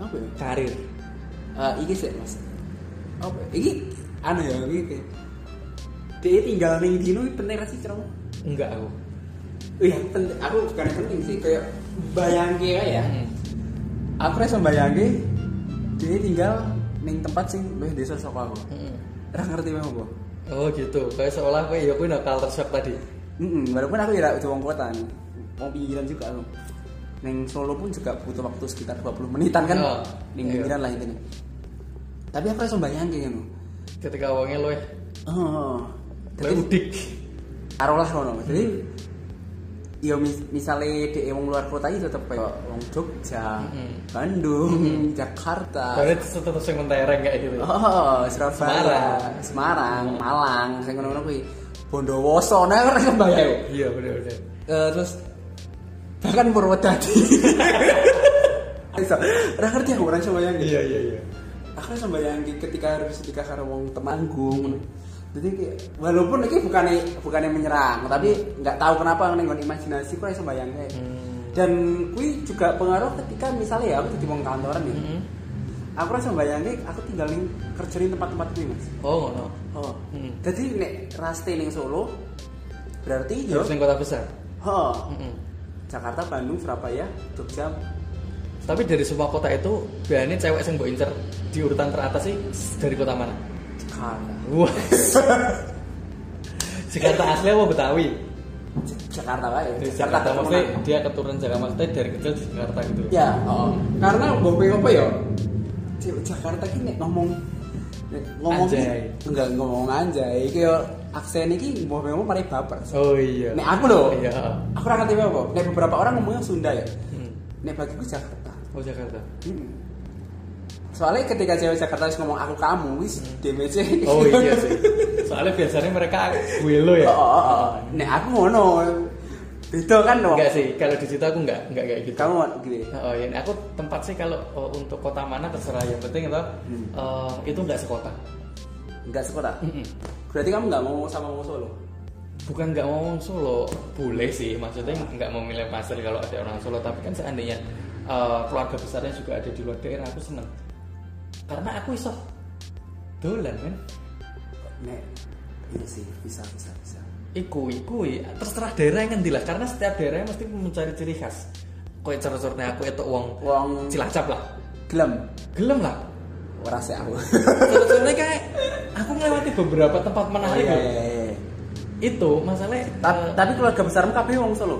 Speaker 2: Apa ya?
Speaker 1: karir
Speaker 2: Eh, iki sih mas. Apa? ya? Iki anu ya, iki. kayak- Dia tinggal ning dino iki penting ra sih cerong.
Speaker 1: enggak aku
Speaker 2: iya aku penting aku bukan penting sih kayak bayangke wae ya
Speaker 1: Hmm.
Speaker 2: aku rasa bayangke dia tinggal ning tempat sing luwih desa saka aku
Speaker 1: Mm-mm.
Speaker 2: ora ngerti wae apa
Speaker 1: Oh gitu, kayak seolah kayak ya aku nakal terseok tadi.
Speaker 2: Mm-mm, walaupun aku ya udah wong kota nih. mau pinggiran juga aku neng Solo pun juga butuh waktu sekitar 20 menitan kan
Speaker 1: Oh,
Speaker 2: neng
Speaker 1: iya.
Speaker 2: pinggiran lah intinya tapi aku rasa bayangke ngono
Speaker 1: Ketika uangnya loe,
Speaker 2: oh
Speaker 1: loe
Speaker 2: jadi
Speaker 1: udik.
Speaker 2: taruh lah ngono jadi ya mis misalnya di wong luar kota itu tetep kayak wong Jogja
Speaker 1: Mm-mm.
Speaker 2: Bandung Jakarta
Speaker 1: Karena tetap yang mentereng kayak gitu.
Speaker 2: oh Surabaya Semarang, Malang saya ngono-ngono kuwi Bondowoso nah ora kebayang
Speaker 1: Iya benar-benar.
Speaker 2: Eh, terus bahkan Purwodadi Iso, ora ngerti aku orang sama yang
Speaker 1: Iya iya iya.
Speaker 2: aku sama yang ketika harus nikah karo wong Temanggung jadi kayak, walaupun ini bukannya bukannya menyerang tapi nggak tahu kenapa nih imajinasi ku sama yang dan kui juga pengaruh ketika misalnya ya aku jadi wong kantoran nih
Speaker 1: Mm-mm.
Speaker 2: aku rasa bayangin aku tinggal nih kerja di tempat-tempat kui mas
Speaker 1: Oh ngono.
Speaker 2: oh
Speaker 1: Mm.
Speaker 2: jadi nek raste ning Solo berarti ya
Speaker 1: Harus yang kota besar.
Speaker 2: oh
Speaker 1: Mm-mm.
Speaker 2: Jakarta, Bandung, Surabaya, Jogja.
Speaker 1: Tapi dari semua kota itu, biasanya cewek yang mbok incer di urutan teratas sih dari kota mana?
Speaker 2: Jakarta.
Speaker 1: Wah. Jakarta asli apa Betawi?
Speaker 2: Jakarta lah ya.
Speaker 1: Dari
Speaker 2: Jakarta
Speaker 1: Jakarta, maksudnya
Speaker 2: temenan.
Speaker 1: dia keturunan Jakarta, maksudnya dari kecil di Jakarta gitu.
Speaker 2: Ya, oh. karena bopeng apa ya? Cewek Jakarta ini ngomong nek ngomong
Speaker 1: Anjay.
Speaker 2: ki- enggak ngomong anjay iki yo aksen iki bopeng apa mari baper.
Speaker 1: Oh iya.
Speaker 2: Nek aku loh.
Speaker 1: Iya.
Speaker 2: Aku ora ngerti apa. Nek beberapa orang ngomongnya Sunda ya.
Speaker 1: Hmm.
Speaker 2: Nek bagiku Jakarta.
Speaker 1: Oh Jakarta.
Speaker 2: Hmm. Soalnya ketika cewek Jakarta wis ngomong aku kamu wis DMC.
Speaker 1: Oh iya sih. Soalnya biasanya mereka gue lo ya.
Speaker 2: Oh, oh, oh. Nek aku ngono. Beda kan dong.
Speaker 1: Enggak sih, kalau di situ aku enggak enggak kayak gitu.
Speaker 2: Kamu mau gini.
Speaker 1: Oh iya, aku tempat sih kalau oh, untuk kota mana terserah yang penting itu
Speaker 2: Hmm.
Speaker 1: eh, itu enggak sekota.
Speaker 2: Enggak sekolah.
Speaker 1: Mm-mm.
Speaker 2: Berarti kamu enggak mau sama mau solo?
Speaker 1: Bukan nggak mau orang Solo, boleh sih. Maksudnya nggak mau milih pasir kalau ada orang Solo, tapi kan seandainya eh, keluarga besarnya juga ada di luar daerah, aku seneng. Karena aku iso dolan kan.
Speaker 2: Nek. Iya sih, bisa, bisa, bisa.
Speaker 1: Iku, iku, i- terserah daerah yang ngendi lah. Karena setiap daerah mesti mencari ciri khas. Kue cara-caranya aku itu uang
Speaker 2: Wong
Speaker 1: cilacap lah,
Speaker 2: gelem
Speaker 1: gelem lah.
Speaker 2: ora sih aku.
Speaker 1: Cara-caranya kayak aku melewati beberapa tempat menarik
Speaker 2: Oh, Iya,
Speaker 1: loh.
Speaker 2: iya, iya.
Speaker 1: Itu masalahnya.
Speaker 2: Ta-
Speaker 1: eh,
Speaker 2: Tapi keluarga besarmu kabeh wong solo.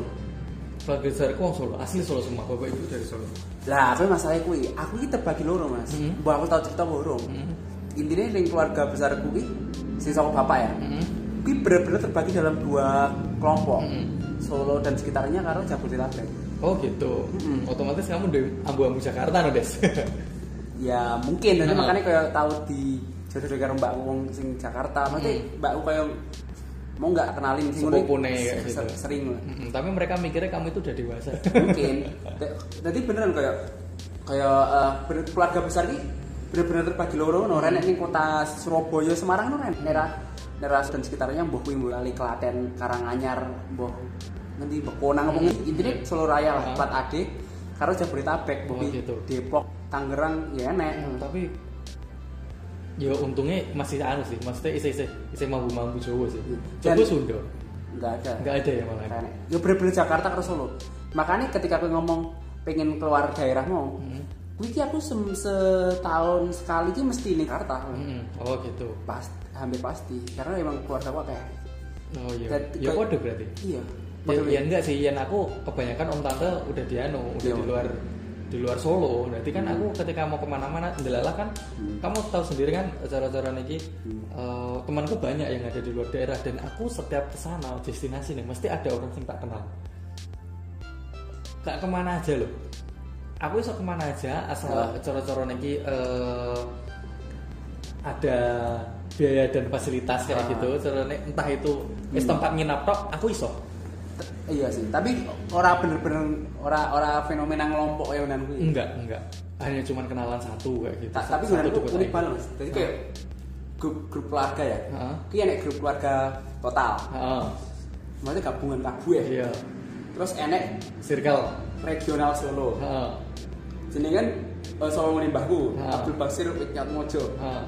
Speaker 1: keluarga besarku uang Solo, asli Solo semua, bapak ibu dari Solo.
Speaker 2: Lah, apa masalahnya kuwi? Aku iki terbagi loro, Mas.
Speaker 1: Mhm.
Speaker 2: Mbok aku tau cerita loro.
Speaker 1: Mhm.
Speaker 2: Intinya ning keluarga besarku kuwi sing saka bapak ya.
Speaker 1: Mm-mm.
Speaker 2: Kuwi bener-bener terbagi dalam dua kelompok.
Speaker 1: Mhm.
Speaker 2: Solo dan sekitarnya karo Jabodetabek.
Speaker 1: Oh gitu.
Speaker 2: Mm-mm.
Speaker 1: Otomatis kamu dari ambu-ambu Jakarta no Des.
Speaker 2: ya mungkin tapi
Speaker 1: Heeh.
Speaker 2: makanya kayak tahu di jodoh-jodoh karo mbakku wong sing Jakarta maksudnya mbakku kayak mau nggak kenalin sing ngono
Speaker 1: Sepupune Hmm. kayak
Speaker 2: se-
Speaker 1: gitu.
Speaker 2: sering lah.
Speaker 1: Mm-mm, Tapi mereka mikirnya kamu itu udah dewasa.
Speaker 2: mungkin tadi beneran kayak kayak eh, bener- keluarga besar ini bener-bener terbagi loro
Speaker 1: Hmm.
Speaker 2: no renek ning kota Surabaya Semarang no renek nera nera dan sekitarnya mbah kuwi mulai Klaten Karanganyar mbah nanti Bekonang
Speaker 1: Hmm.
Speaker 2: apa ngerti. intinya Solo Raya lah
Speaker 1: Heeh.
Speaker 2: empat adik karo Jabodetabek mbah
Speaker 1: Hmm. Oh,
Speaker 2: kuwi
Speaker 1: gitu. Hmm.
Speaker 2: Depok Tangerang ya enek
Speaker 1: Tapi ya untungnya masih anu sih, maksudnya isi-isi isi mambu-mambu Jawa sih.
Speaker 2: Dan-
Speaker 1: Jawa Sunda.
Speaker 2: nggak ada
Speaker 1: Enggak ada ya malah.
Speaker 2: Keren. Ya bener-bener Jakarta ke Solo. Makanya ketika aku ngomong pengen keluar daerah mau,
Speaker 1: Mm-mm.
Speaker 2: kuwi ki aku sem- setahun sekali ki mesti ning Jakarta.
Speaker 1: Mm-mm. Oh gitu.
Speaker 2: Pas, hampir pasti karena emang keluarga aku kayak
Speaker 1: Oh iya.
Speaker 2: Dan-
Speaker 1: Ya
Speaker 2: kayak-
Speaker 1: kode berarti. Ya,
Speaker 2: iya. Padahal-
Speaker 1: ya enggak sih, Yan aku kebanyakan om tante udah di anu, udah
Speaker 2: Iya. Hmm.
Speaker 1: di luar di luar Solo. Nanti kan aku ketika mau kemana-mana ndelalah kan, kamu tahu sendiri kan cara-cara niki.
Speaker 2: Hmm.
Speaker 1: eh, temanku banyak yang ada di luar daerah dan aku setiap kesana destinasi nih mesti ada orang yang tak kenal. Gak kemana aja loh. Aku iso kemana aja asal
Speaker 2: Wah.
Speaker 1: cara-cara niki eh, ada biaya dan fasilitas kayak
Speaker 2: Ah.
Speaker 1: gitu. Cara nek entah itu es
Speaker 2: Hmm.
Speaker 1: tempat nginap tok, aku iso.
Speaker 2: t- iya sih, tapi ora bener-bener ora ora fenomena ngelompok ya unan kuwi.
Speaker 1: Enggak, enggak. Hanya cuman kenalan satu kayak gitu.
Speaker 2: Ta-
Speaker 1: Hmm. Sa-
Speaker 2: tapi unan
Speaker 1: satu
Speaker 2: kuwi unik banget. Mas. Jadi kayak grup grup keluarga ya.
Speaker 1: Heeh.
Speaker 2: Kuwi enek grup keluarga total.
Speaker 1: Heeh.
Speaker 2: Maksudnya gabungan kabeh.
Speaker 1: Iya.
Speaker 2: Terus enek
Speaker 1: Circle.
Speaker 2: regional Solo.
Speaker 1: Heeh.
Speaker 2: Jadi kan uh, sama menimbahku
Speaker 1: Ha.
Speaker 2: Abdul Basir Wiknyat Mojo
Speaker 1: Heeh.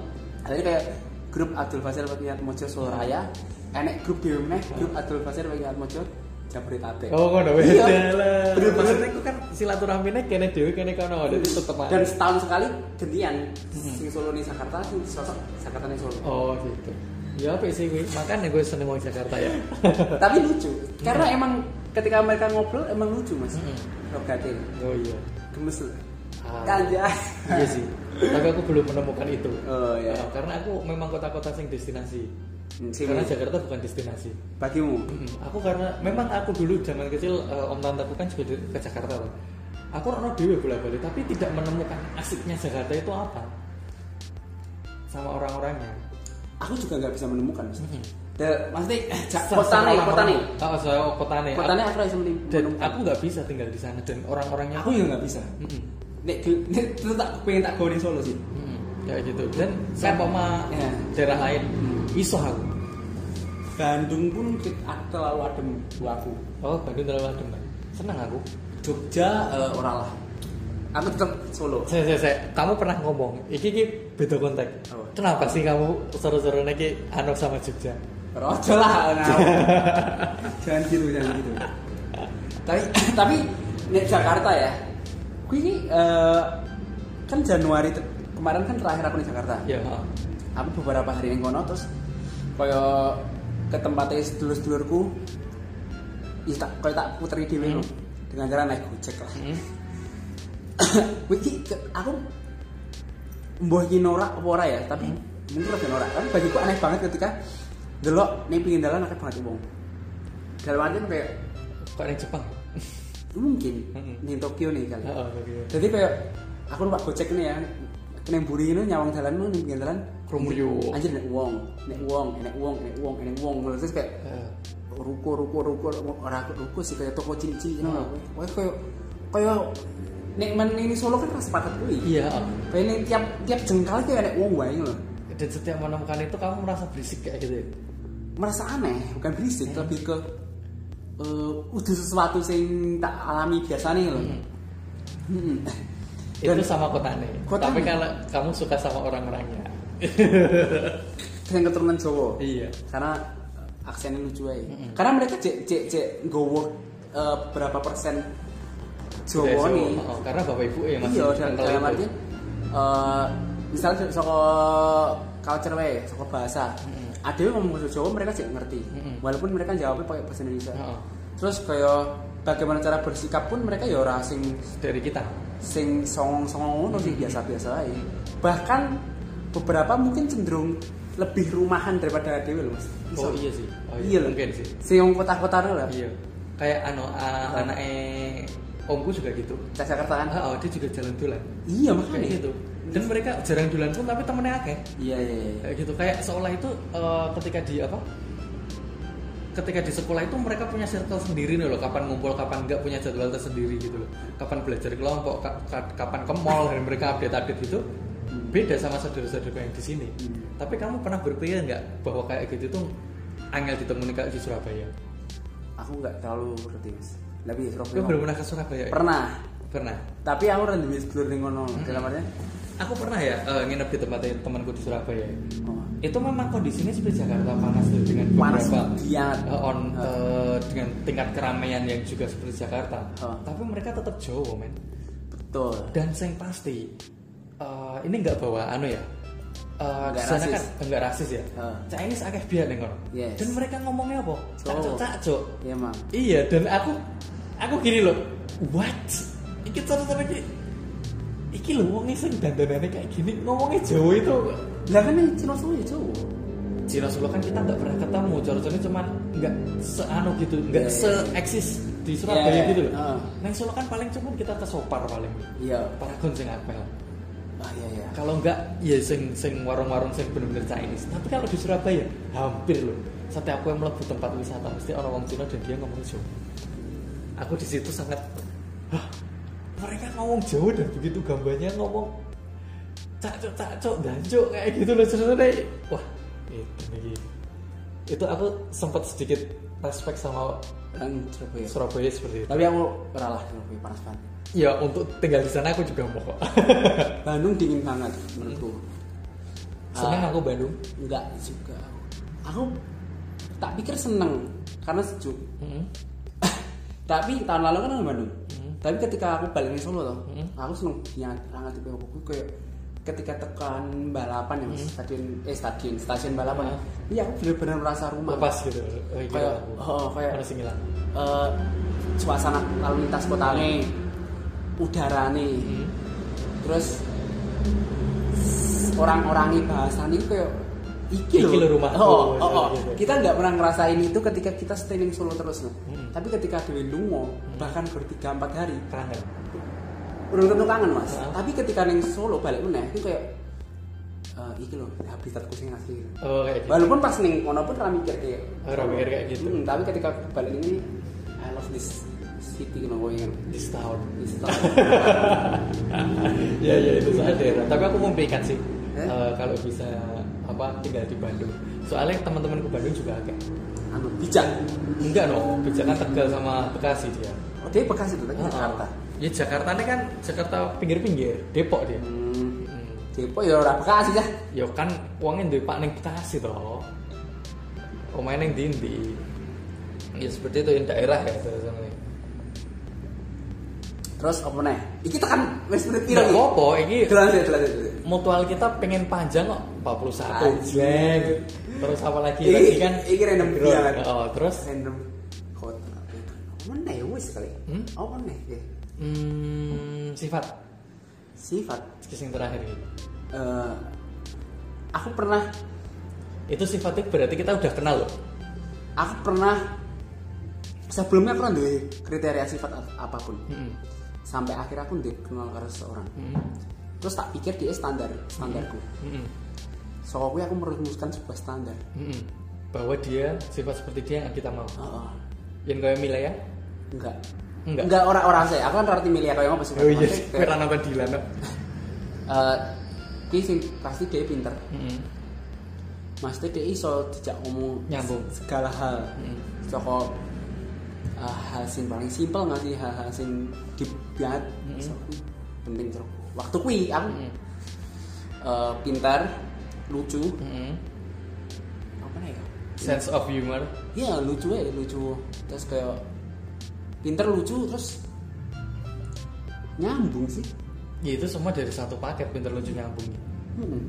Speaker 2: Jadi kayak grup Abdul Basir Wiknyat Mojo Solo Raya Enek grup dewe meneh grup Abdul Basir Wiknyat Mojo Jabodetabek.
Speaker 1: Oh, kono
Speaker 2: Iya.
Speaker 1: beda lah.
Speaker 2: Bener, bener.
Speaker 1: Maksudnya aku kan silaturahmine kene dhewe kene kono dadi tetep aja. Hmm.
Speaker 2: Dan setahun sekali gantian sing Solo nih Jakarta, sing sosok Jakarta nih Solo.
Speaker 1: Oh, gitu. Ya apa sih kuwi? Makanya gue seneng wong Jakarta ya.
Speaker 2: Tapi lucu, karena
Speaker 1: Hmm.
Speaker 2: emang ketika mereka ngobrol emang lucu mas. Rogatin,
Speaker 1: oh iya.
Speaker 2: gemes Kan, ya. loh.
Speaker 1: Ah.
Speaker 2: Kanja.
Speaker 1: Iya sih. Tapi aku belum menemukan itu.
Speaker 2: Oh iya.
Speaker 1: Ya, karena aku memang kota-kota sing destinasi.
Speaker 2: Hmm, sih,
Speaker 1: Karena
Speaker 2: Mas.
Speaker 1: Jakarta bukan destinasi.
Speaker 2: bagimu.
Speaker 1: Mm-mm. Aku karena memang aku dulu zaman kecil eh, om tanteku kan juga di- ke Jakarta loh. Aku rono dewe bolak-balik tapi tidak menemukan asiknya Jakarta itu apa sama orang-orangnya.
Speaker 2: Aku juga nggak bisa menemukan. Mas.
Speaker 1: Mhm.
Speaker 2: Da- Maksudnya, eh, ja-
Speaker 1: Sa-
Speaker 2: kota
Speaker 1: sama
Speaker 2: nih,
Speaker 1: orang-orang.
Speaker 2: kota nih.
Speaker 1: Oh, saya kota nih.
Speaker 2: Kota nih aku nggak bisa menemukan.
Speaker 1: dan aku nggak bisa tinggal di sana dan orang-orangnya
Speaker 2: Aku juga nggak bisa.
Speaker 1: Mm-mm.
Speaker 2: Nek, di- nek itu tak pengen tak gawe ning Solo sih.
Speaker 1: Mm-mm. ya gitu dan sama sama
Speaker 2: Ya.
Speaker 1: daerah lain iso aku
Speaker 2: Bandung pun kit- aku terlalu adem buat aku.
Speaker 1: oh Bandung terlalu adem Bang. seneng aku
Speaker 2: Jogja eh, ora lah. Aku tetap Solo.
Speaker 1: saya saya saya kamu pernah ngomong iki iki beda konteks
Speaker 2: Apa?
Speaker 1: kenapa sih kamu seru-seru lagi Hanok sama Jogja
Speaker 2: Rojo lah nah. jangan gitu jangan gitu tapi tapi nek Jakarta ya aku ini eh, kan Januari ter- kemarin kan terakhir aku di Jakarta
Speaker 1: ya ha.
Speaker 2: aku beberapa hari yang kono terus kaya ke tempatnya sedulur-sedulurku ya tak kaya tak puteri di
Speaker 1: Hmm.
Speaker 2: dengan cara naik gojek lah
Speaker 1: Hmm.
Speaker 2: Wiki ke- aku mbah iki norak apa ora ya, tapi mungkin rada norak. Tapi bagiku aneh banget ketika delok ning pinggir dalan akeh banget wong. Dalam artian kayak
Speaker 1: kok yang Jepang
Speaker 2: mungkin
Speaker 1: Mm-mm.
Speaker 2: ning Tokyo nih kali.
Speaker 1: oh, oke.
Speaker 2: Jadi kayak aku numpak gojek nih ya, kena buri ini nyawang jalan nih ning pinggir dalan.
Speaker 1: Krumyu.
Speaker 2: Anjir nek wong, nek wong, nek wong, nek wong, nek wong. Terus kayak
Speaker 1: Eh,
Speaker 2: ruko ruko ruko orang ruko sih kayak toko cincin
Speaker 1: Hmm.
Speaker 2: ngono kowe koyo koyo nek men ini Solo kan ras patet kuwi
Speaker 1: iya ha.
Speaker 2: kayak ning tiap tiap jengkal kayak nek wong wae ngono
Speaker 1: dan setiap menemukan itu kamu merasa berisik kayak gitu ya?
Speaker 2: merasa aneh bukan berisik
Speaker 1: Hmm.
Speaker 2: lebih ke eh udah sesuatu sing tak alami biasa nih loh hmm.
Speaker 1: Hmm. itu sama kota nih
Speaker 2: Kotane.
Speaker 1: tapi kalau kamu suka sama orang-orangnya
Speaker 2: dengan keturunan Jawa
Speaker 1: iya
Speaker 2: karena eh, aksennya lucu aja karena mereka cek cek cek gowo eh, berapa persen
Speaker 1: Budaya
Speaker 2: Jawa nih
Speaker 1: Oh, karena bapak ibu ya masih
Speaker 2: iya dalam,
Speaker 1: kental
Speaker 2: dalam
Speaker 1: itu.
Speaker 2: artian eh, misalnya soko culture wae soko bahasa ada yang ngomong bahasa Jawa mereka sih ngerti
Speaker 1: Mm-mm.
Speaker 2: walaupun mereka jawabnya pakai bahasa Indonesia
Speaker 1: Heeh.
Speaker 2: terus kayak bagaimana cara bersikap pun mereka ya orang sing
Speaker 1: dari kita
Speaker 2: sing songong-songong ngono sing biasa-biasa aja bahkan beberapa mungkin cenderung lebih rumahan daripada dewe loh mas
Speaker 1: oh iya sih oh, iya,
Speaker 2: loh.
Speaker 1: mungkin sih
Speaker 2: sing wong kota-kota lho lah
Speaker 1: iya kayak anu uh, anaknya omku juga gitu
Speaker 2: Cah Jakarta kan
Speaker 1: ah oh, dia juga jalan dulan
Speaker 2: iya
Speaker 1: kayak
Speaker 2: makanya
Speaker 1: gitu dan mereka jarang dulan pun tapi temennya akeh
Speaker 2: iya iya iya
Speaker 1: kayak gitu kayak seolah itu eh, ketika di apa ketika di sekolah itu mereka punya circle sendiri nih loh kapan ngumpul kapan nggak punya jadwal tersendiri gitu loh kapan belajar kelompok ka- ka- kapan ke mall dan mereka update update gitu beda sama saudara-saudara yang di sini
Speaker 2: Hmm.
Speaker 1: tapi kamu pernah berpikir nggak bahwa kayak gitu tuh angel ditemuin kayak di Surabaya
Speaker 2: aku nggak terlalu ngerti mas tapi ya
Speaker 1: kamu belum pernah ke Surabaya ya?
Speaker 2: pernah
Speaker 1: pernah
Speaker 2: tapi aku udah duwe sedulur ning ngono
Speaker 1: Hmm.
Speaker 2: dalam artian
Speaker 1: aku pernah ya eh, nginep di tempat temanku di Surabaya
Speaker 2: oh,
Speaker 1: itu memang kondisinya seperti Jakarta panas tuh dengan
Speaker 2: panas
Speaker 1: beberapa
Speaker 2: banget
Speaker 1: uh, on uh, dengan tingkat keramaian yang juga seperti Jakarta.
Speaker 2: Huh.
Speaker 1: Tapi mereka tetap Jawa, men.
Speaker 2: betul
Speaker 1: Dan yang pasti uh, ini nggak bawa anu ya. Uh,
Speaker 2: Nggak
Speaker 1: di sana
Speaker 2: rasis.
Speaker 1: kan nggak rasis ya.
Speaker 2: Huh.
Speaker 1: Chinese akeh biar nengok.
Speaker 2: Yes.
Speaker 1: Dan mereka ngomongnya apa? Cacok,
Speaker 2: Jawa.
Speaker 1: cacok.
Speaker 2: iya mang
Speaker 1: Iya, dan aku aku gini loh. What? Iki cara-cara iki iki lho wong sing dandanane kayak gini ngomongnya Jawa itu
Speaker 2: lah kan yang Cina semua ya Jawa
Speaker 1: di Rasulullah kan kita nggak pernah ketemu Jawa-Jawa cuman nggak seanu gitu nggak
Speaker 2: Iya,
Speaker 1: se
Speaker 2: iya.
Speaker 1: eksis di Surabaya
Speaker 2: Iya, iya.
Speaker 1: gitu loh
Speaker 2: Heeh.
Speaker 1: Neng Solo kan paling cuman kita ke Sopar paling
Speaker 2: iya
Speaker 1: Paragon sing apel
Speaker 2: ah iya iya
Speaker 1: kalau nggak ya sing sing warung-warung sing bener-bener Chinese tapi kalau di Surabaya hampir loh setiap aku yang melebu tempat wisata mesti orang orang Cina dan dia ngomong Jawa aku di situ sangat Hah, mereka ngomong Jawa dan begitu gambarnya ngomong cacok cacok dancok kayak gitu loh sebenarnya wah itu nih itu aku sempat sedikit respect sama
Speaker 2: kan Surabaya
Speaker 1: Surabaya seperti itu
Speaker 2: tapi aku ora lah Surabaya panas banget
Speaker 1: ya untuk tinggal di sana aku juga mau kok
Speaker 2: Bandung dingin banget menurutku
Speaker 1: seneng
Speaker 2: Ah,
Speaker 1: aku Bandung
Speaker 2: enggak juga aku tak pikir seneng karena sejuk
Speaker 1: Mm-mm.
Speaker 2: tapi tahun lalu kan aku di Bandung
Speaker 1: Hmm.
Speaker 2: tapi ketika aku balik ke Solo toh
Speaker 1: Hmm.
Speaker 2: aku seneng banget banget tipe aku Aku kayak ketika tekan balapan ya mas
Speaker 1: Hmm.
Speaker 2: stadion eh stadion stasiun balapan iya aku bener-bener merasa rumah
Speaker 1: lepas gitu oh, iya,
Speaker 2: kayak
Speaker 1: aku.
Speaker 2: oh, kayak
Speaker 1: Harus ngilang.
Speaker 2: eh, suasana lalu lintas kota nih udara nih
Speaker 1: Hmm.
Speaker 2: terus orang-orangnya bahasan itu kayak iki
Speaker 1: Iki
Speaker 2: loh
Speaker 1: loh rumahku,
Speaker 2: oh, oh, oh.
Speaker 1: gitu.
Speaker 2: kita nggak pernah ngerasain itu ketika kita stay di Solo terus loh
Speaker 1: Hmm.
Speaker 2: tapi ketika di Lungo bahkan bertiga empat hari
Speaker 1: kangen
Speaker 2: belum tentu kangen mas
Speaker 1: Hah?
Speaker 2: tapi ketika neng Solo balik meneh itu kayak eh iki loh habitatku sing asli gitu.
Speaker 1: oh kayak gitu
Speaker 2: walaupun pas neng kono pun ra mikir kayak
Speaker 1: Ra mikir kayak gitu.
Speaker 2: Hmm, tapi ketika balik ini I love this city gitu loh yang
Speaker 1: this town
Speaker 2: this town. Iya,
Speaker 1: ya ya itu soal daerah tapi aku mempikat sih
Speaker 2: Eh?
Speaker 1: eh, kalau bisa apa tinggal di Bandung soalnya teman-teman ke Bandung juga agak
Speaker 2: anu bijak
Speaker 1: enggak no bijakan Tegal sama Bekasi dia
Speaker 2: oh dia Bekasi tuh tapi
Speaker 1: Oh, oh.
Speaker 2: Jakarta
Speaker 1: ya Jakarta ini kan Jakarta pinggir-pinggir Depok dia
Speaker 2: hmm.
Speaker 1: Hmm.
Speaker 2: Depok ya ora Bekasi ya
Speaker 1: ya kan uangnya dari Pak Neng Bekasi toh Omae Neng Dindi ya seperti itu yang daerah ya terus ini
Speaker 2: terus apa nih iki tekan wis menit piro
Speaker 1: tidak
Speaker 2: iki
Speaker 1: apa ini
Speaker 2: jelas ya jelas ya, jelas ya.
Speaker 1: mutual kita pengen panjang kok 41
Speaker 2: Anjing.
Speaker 1: terus apa lagi
Speaker 2: Ini-
Speaker 1: tadi kan
Speaker 2: ini random
Speaker 1: Ground.
Speaker 2: banget.
Speaker 1: oh, terus
Speaker 2: random kota apa nih wis kali
Speaker 1: Hmm?
Speaker 2: apa nih ya.
Speaker 1: hmm, sifat
Speaker 2: sifat
Speaker 1: yang terakhir gitu.
Speaker 2: eh aku pernah
Speaker 1: itu sifatnya berarti kita udah kenal loh
Speaker 2: aku pernah sebelumnya aku nduwe kriteria sifat ap- apapun
Speaker 1: Mm-mm.
Speaker 2: sampai akhir aku dikenal karo seseorang
Speaker 1: Mm-mm.
Speaker 2: terus tak pikir dia standar standarku
Speaker 1: Mm-mm.
Speaker 2: so aku aku merumuskan sebuah standar
Speaker 1: Mm-mm. hmm. bahwa dia sifat seperti dia yang kita mau
Speaker 2: Heeh.
Speaker 1: yang kayak Mila ya
Speaker 2: enggak
Speaker 1: Enggak.
Speaker 2: enggak orang-orang saya aku kan rarti milih aku yang apa sih
Speaker 1: oh iya
Speaker 2: Maksudnya kayak,
Speaker 1: kita nonton di lana
Speaker 2: eh, dia sing- pasti dia pinter
Speaker 1: Hmm,
Speaker 2: maksudnya dia iso tidak ngomong
Speaker 1: Nyambung.
Speaker 2: segala hal
Speaker 1: Mm.
Speaker 2: Joko uh, hal sing paling simpel nggak sih hal hal sing deep banget
Speaker 1: Hmm.
Speaker 2: So, kuwi penting Joko waktu kui aku uh, pintar lucu apa nih ya
Speaker 1: hmm. sense of humor
Speaker 2: Iya lucu ya lucu terus kayak pinter lucu terus nyambung sih
Speaker 1: ya itu semua dari satu paket pinter lucu nyambung
Speaker 2: hmm.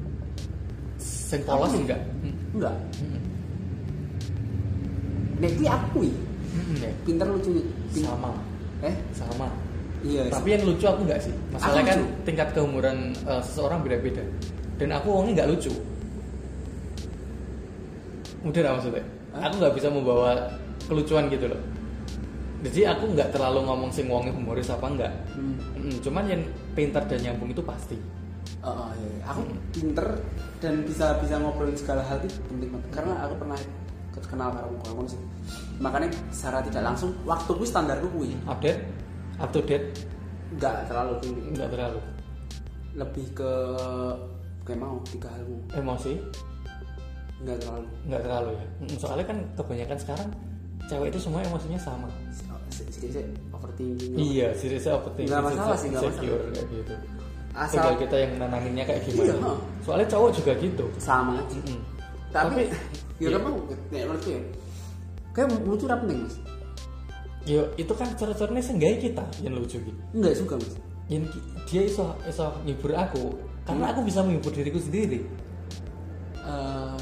Speaker 1: sing polos
Speaker 2: Apa?
Speaker 1: enggak Hmm,
Speaker 2: enggak
Speaker 1: Mm-mm.
Speaker 2: nek kui aku kui
Speaker 1: Mm-mm, ya.
Speaker 2: pinter lucu pin-
Speaker 1: sama
Speaker 2: eh
Speaker 1: sama
Speaker 2: iya
Speaker 1: tapi yang lucu aku nggak sih masalah
Speaker 2: Aku
Speaker 1: kan
Speaker 2: lucu.
Speaker 1: tingkat keumuran eh, seseorang beda-beda dan aku orangnya nggak lucu udah lah maksudnya
Speaker 2: Hah?
Speaker 1: aku nggak bisa membawa kelucuan gitu loh jadi aku nggak terlalu ngomong sing wongnya humoris apa enggak
Speaker 2: Hmm.
Speaker 1: cuman yang pintar dan nyambung itu pasti
Speaker 2: Oh, oh, iya, iya. aku pinter dan bisa bisa ngobrolin segala hal itu penting banget karena aku pernah kenal karo kamu sih makanya secara tidak langsung waktu gue standarku gue
Speaker 1: update up to date
Speaker 2: nggak terlalu tinggi
Speaker 1: nggak terlalu
Speaker 2: lebih ke kayak mau tiga hal gue.
Speaker 1: emosi
Speaker 2: nggak terlalu
Speaker 1: nggak terlalu ya Mm, soalnya kan kebanyakan sekarang cewek itu semua emosinya sama
Speaker 2: sedikit overthinking
Speaker 1: Iya, seriously overthinking.
Speaker 2: Nggak masalah sih, nggak
Speaker 1: insecure,
Speaker 2: masalah.
Speaker 1: kayak gitu.
Speaker 2: Asal-
Speaker 1: Tinggal kita yang menanginnya kayak gimana.
Speaker 2: Iya, ha.
Speaker 1: Soalnya cowok juga gitu.
Speaker 2: sama aja
Speaker 1: Mm-mm.
Speaker 2: tapi
Speaker 1: Hmm. Tapi-
Speaker 2: ya
Speaker 1: iya.
Speaker 2: udah mau ya menurutku ya kayak lucu apa penting mas
Speaker 1: Yo, itu kan cercernya seenggaknya kita yang lucu gitu.
Speaker 2: nggak suka mas
Speaker 1: Yang ki- dia iso iso menghibur aku
Speaker 2: Iya.
Speaker 1: karena aku bisa menghibur diriku sendiri.
Speaker 2: Eh,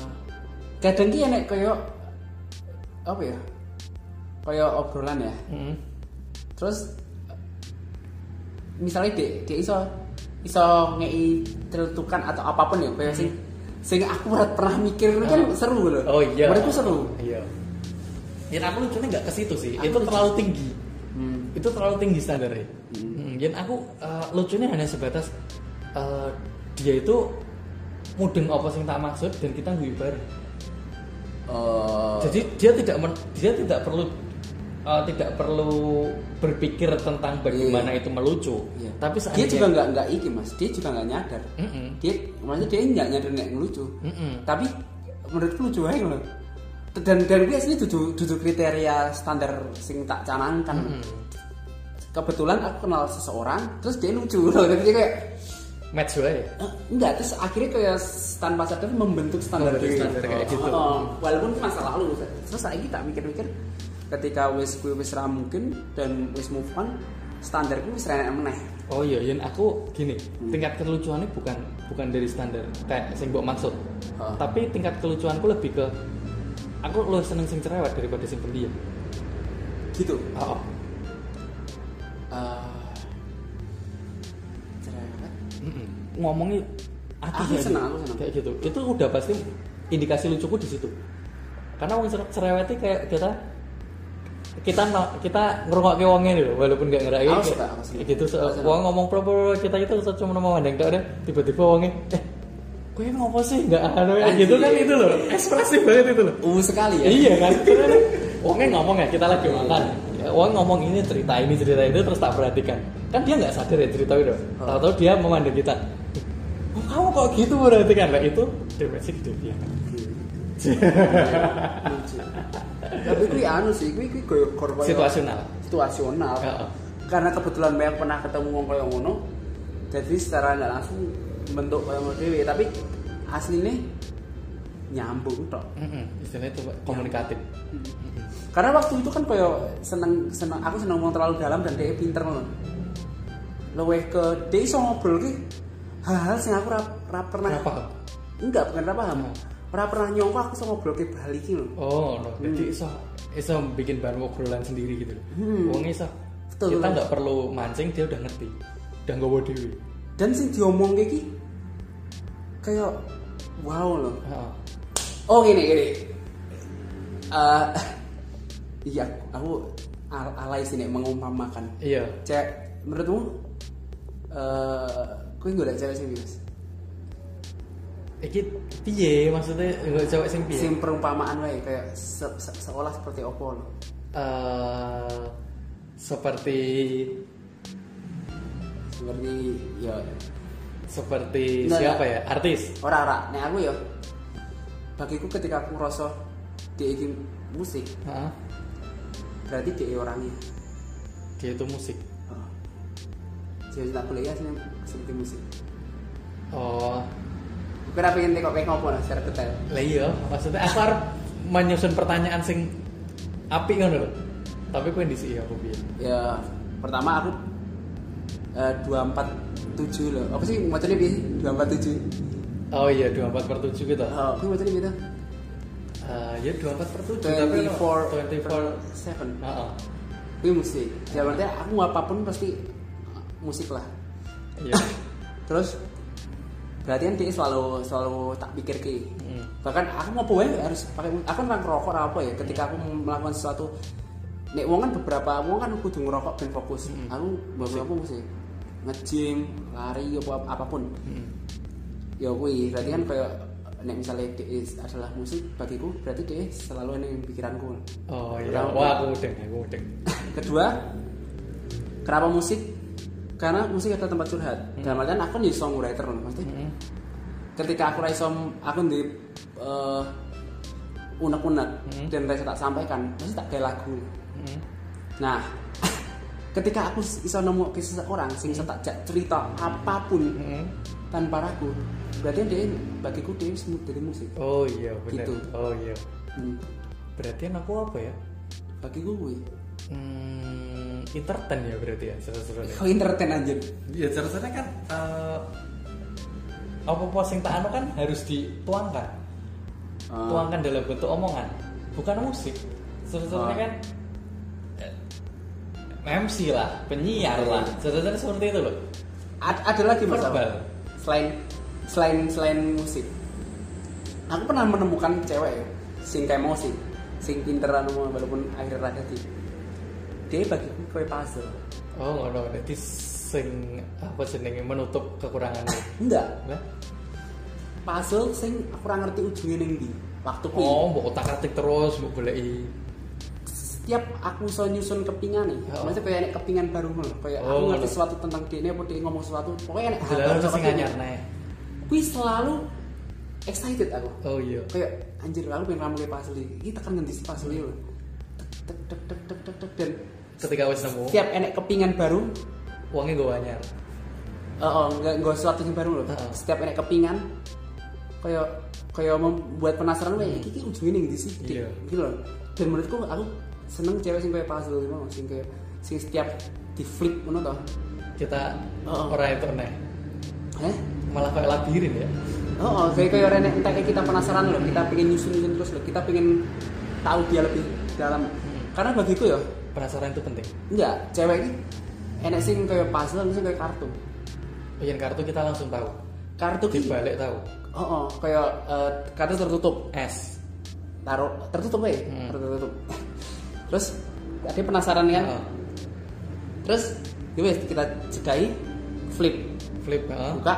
Speaker 2: kadang ki enek koyo apa ya koyo obrolan ya
Speaker 1: Mm-mm.
Speaker 2: terus eh, misalnya dia, dia iso iso ngei tertukan atau apapun ya koyo sing sing aku pernah- pernah mikir itu kan
Speaker 1: Oh.
Speaker 2: seru loh
Speaker 1: Hmm. Oh iya.
Speaker 2: menurutku seru
Speaker 1: Iya. Dan aku lucunya nggak ke situ sih.
Speaker 2: Aku
Speaker 1: itu
Speaker 2: lucu.
Speaker 1: terlalu tinggi.
Speaker 2: Hmm.
Speaker 1: Itu terlalu tinggi standarnya. Hmm. Dan aku eh, lucunya hanya sebatas eh, dia itu mudeng apa sing tak maksud dan kita guyu bareng.
Speaker 2: Eh,
Speaker 1: Jadi dia tidak men- dia tidak perlu eh, tidak perlu berpikir tentang bagaimana itu melucu.
Speaker 2: iya.
Speaker 1: Tapi
Speaker 2: dia
Speaker 1: seandainya- Hmm.
Speaker 2: juga nggak nggak iki mas dia juga nggak nyadar
Speaker 1: Mm-mm.
Speaker 2: dia maksudnya dia nggak nyadar nek ngelucu
Speaker 1: Mm-mm.
Speaker 2: tapi menurutku lucu aja loh dan dan gue asli duduk duduk kriteria standar sing tak canangkan
Speaker 1: Mm-mm.
Speaker 2: kebetulan aku kenal seseorang terus dia lucu loh tapi dia kayak
Speaker 1: Match wae.
Speaker 2: "Eh, enggak terus akhirnya kayak tanpa sadar membentuk standar oh.
Speaker 1: Membentuk
Speaker 2: diri.
Speaker 1: standar kayak gitu.
Speaker 2: Oh, walaupun itu masa lalu terus saya tak mikir-mikir ketika wis kuwi wis ra mungkin dan wis move on standarku wis ra enak meneh
Speaker 1: Oh iya, Yen aku gini,
Speaker 2: Hmm.
Speaker 1: tingkat kelucuannya bukan bukan dari standar kayak sing mbok maksud.
Speaker 2: Hah.
Speaker 1: Tapi tingkat kelucuanku lebih ke aku lebih seneng sing cerewet daripada sing pendiam.
Speaker 2: gitu
Speaker 1: Oh,
Speaker 2: Eh, cerewet
Speaker 1: ngomongnya ati
Speaker 2: Aku
Speaker 1: kayak gitu.
Speaker 2: seneng, aku seneng.
Speaker 1: kayak gitu. Itu udah pasti indikasi lucuku di situ. Karena wong cere- cerewet itu kayak kita kita no- kita ngerokok ke wongnya dulu walaupun gak ngerai
Speaker 2: Aku
Speaker 1: kayak,
Speaker 2: suka, aku suka.
Speaker 1: kayak gitu so,
Speaker 2: Aku suka.
Speaker 1: wong ngomong pro kita itu so, cuma mau mandang tok deh tiba-tiba wongnya eh gue ngopo sih nggak anu ya gitu kan itu loh ekspresif banget itu loh
Speaker 2: uh sekali ya
Speaker 1: iya kan Karena wongnya ngomong ya kita lagi makan Ya, wong ngomong ini cerita ini cerita itu terus tak perhatikan kan dia nggak sadar ya cerita itu tahu-tahu dia memandang kita "Oh, kamu kok gitu berarti kan lah itu depresi di dia
Speaker 2: lucu tapi kui anu sih kui kui koyo korban
Speaker 1: situasional
Speaker 2: situasional
Speaker 1: Heeh.
Speaker 2: karena kebetulan banyak pernah ketemu wong koyo ngono jadi secara nggak langsung bentuk koyo ngono dhewe tapi aslinya nyambung tok
Speaker 1: Mm-mm, istilahnya itu Pak, komunikatif
Speaker 2: karena waktu itu kan koyo seneng seneng aku seneng ngomong terlalu dalam dan dia pinter ngono luweh ke dia iso ngobrol ki hal-hal sing aku rap, rap pernah
Speaker 1: kenapa
Speaker 2: enggak bukan rap paham Ora pernah nyongko aku iso ngobrol ke Bali ki lho
Speaker 1: oh no. jadi iso iso bikin bahan obrolan sendiri gitu loh wongnya iso
Speaker 2: Hmm. Betul,
Speaker 1: kita
Speaker 2: betul.
Speaker 1: nggak perlu mancing dia udah ngerti udah nggak bawa diri
Speaker 2: dan sing diomong ki kayak wow loh
Speaker 1: Heeh.
Speaker 2: Oh gini gini. Eh, iya, aku al- alay sih nek mengumpamakan.
Speaker 1: iya
Speaker 2: Cek, menurutmu eh kowe golek cewek sing piye, Mas?
Speaker 1: Iki piye maksudnya nggak cewek sing piye?
Speaker 2: Sing perumpamaan wae kayak se- se- seolah seperti opo lho.
Speaker 1: Eh, seperti
Speaker 2: Seperti ya
Speaker 1: seperti
Speaker 2: Nggak,
Speaker 1: siapa ya? Artis.
Speaker 2: ora ora nek aku ya bagiku ketika aku rasa dia iki musik
Speaker 1: Heeh.
Speaker 2: berarti e dia orangnya.
Speaker 1: Dia itu musik.
Speaker 2: Heeh. Jadi tak boleh ya sing- seperti musik.
Speaker 1: Oh,
Speaker 2: Kira pengen tengok kayak ngopo lah secara detail.
Speaker 1: lah iya, maksudnya aku harus menyusun pertanyaan sing api ngono lho. Tapi kowe ndisi aku piye?
Speaker 2: ya pertama aku eh, dua empat tujuh loh apa sih macamnya bi dua empat tujuh
Speaker 1: Oh iya 24 per 7 gitu.
Speaker 2: aku macamnya gitu
Speaker 1: Eh, ya 24 per 7
Speaker 2: twenty
Speaker 1: tapi
Speaker 2: four
Speaker 1: 24
Speaker 2: seven
Speaker 1: Heeh.
Speaker 2: itu musik ya berarti aku apapun pasti eh, musik lah
Speaker 1: Iya.
Speaker 2: terus berarti kan dia selalu selalu tak pikir ki
Speaker 1: Hmm.
Speaker 2: bahkan aku mau pawai harus pakai mu- aku kan rokok apa ya ketika aku melakukan sesuatu nek wong kan beberapa wong kan kudu ngerokok ben fokus aku beberapa musik nge-gym lari apa apapun
Speaker 1: Mm.
Speaker 2: ya kui berarti kan kayak nek misalnya dia adalah musik bagiku berarti dia selalu ada yang pikiranku
Speaker 1: Oh iya,
Speaker 2: Pertama.
Speaker 1: wah aku udeng, aku udeng.
Speaker 2: kedua kenapa musik karena musik adalah tempat curhat dalam artian aku nih songwriter loh pasti
Speaker 1: Mm.
Speaker 2: ketika aku raiso aku di eh unek-unek
Speaker 1: Hmm.
Speaker 2: dan raiso tak sampaikan pasti tak kayak lagu
Speaker 1: Mm.
Speaker 2: nah ketika aku iso nemu ke seseorang sing iso tak jak cerita apapun
Speaker 1: Mm.
Speaker 2: tanpa ragu berarti dia bagiku dia semut dari musik
Speaker 1: Oh iya benar.
Speaker 2: Gitu.
Speaker 1: Oh iya.
Speaker 2: hmm.
Speaker 1: Berarti aku apa ya?
Speaker 2: bagi gue
Speaker 1: Hmm, entertain ya berarti ya seru-serunya.
Speaker 2: kau entertain anjir
Speaker 1: Ya seru-serunya kan eh, apa-apa sing tak anu kan harus dituangkan.
Speaker 2: Ah.
Speaker 1: Tuangkan dalam bentuk omongan, bukan musik. Seru-serunya
Speaker 2: Ah.
Speaker 1: kan eh, MC lah, penyiar lah. Seru-serunya seperti itu loh.
Speaker 2: Ad- ada lagi mas apa?
Speaker 1: Verbal.
Speaker 2: selain selain selain musik aku pernah menemukan cewek ya sing kayak mau sing sing pinteran mau walaupun akhirnya tadi dia bagi kue puzzle
Speaker 1: Oh ngono, berarti sing apa jenenge menutup kekurangannya.
Speaker 2: enggak
Speaker 1: Lah,
Speaker 2: puzzle sing aku ora ngerti ujungnya neng di waktu kui
Speaker 1: Oh, mbok otak-atik terus, mbok goleki.
Speaker 2: setiap aku so nyusun kepingan nih
Speaker 1: Oh.
Speaker 2: maksudnya kayak nek kepingan baru ngono kayak aku
Speaker 1: Oh,
Speaker 2: ngerti
Speaker 1: ngono.
Speaker 2: sesuatu tentang dia ini apa dia ngomong sesuatu pokoknya nek hal
Speaker 1: Jelas
Speaker 2: baru
Speaker 1: sing
Speaker 2: seperti
Speaker 1: anyar
Speaker 2: ini.
Speaker 1: neh.
Speaker 2: kui ya. selalu excited aku
Speaker 1: Oh iya.
Speaker 2: kayak anjir aku pengen ramu kayak pasli ini tekan ngendi sih pasli lho tek tek tek tek tek tek dan
Speaker 1: Ketika wis nemu,
Speaker 2: setiap enek kepingan baru
Speaker 1: uangnya gue anyar.
Speaker 2: eh, oh enggak enggak sesuatu yang baru loh
Speaker 1: Heeh.
Speaker 2: setiap enek kepingan kayak kayak membuat penasaran kayak iki iki ujungnya ning ndi sih
Speaker 1: Iya.
Speaker 2: gitu loh dan menurutku aku seneng cewek sing kayak puzzle gitu sing kayak sing setiap di flip ngono toh.
Speaker 1: kita
Speaker 2: Oh.
Speaker 1: orang itu aneh
Speaker 2: Heh?
Speaker 1: malah kayak labirin ya
Speaker 2: Oh, oh, kayak kayak orang entah kayak kita penasaran loh, kita pengen nyusun nyusun terus loh, kita pengen tahu dia lebih dalam.
Speaker 1: Hmm.
Speaker 2: Karena bagiku ya,
Speaker 1: penasaran itu penting
Speaker 2: enggak, cewek ini enak sih kayak puzzle, sing kayak kartu.
Speaker 1: Yang kartu kita langsung tahu
Speaker 2: Kartu ki-
Speaker 1: dibalik tahu
Speaker 2: Oh, oh kayak eh, kartu tertutup.
Speaker 1: S
Speaker 2: taruh tertutup ya
Speaker 1: Hmm.
Speaker 2: tertutup terus tadi penasaran kan
Speaker 1: Oh.
Speaker 2: terus ya wes, kita jedai flip
Speaker 1: flip heeh.
Speaker 2: buka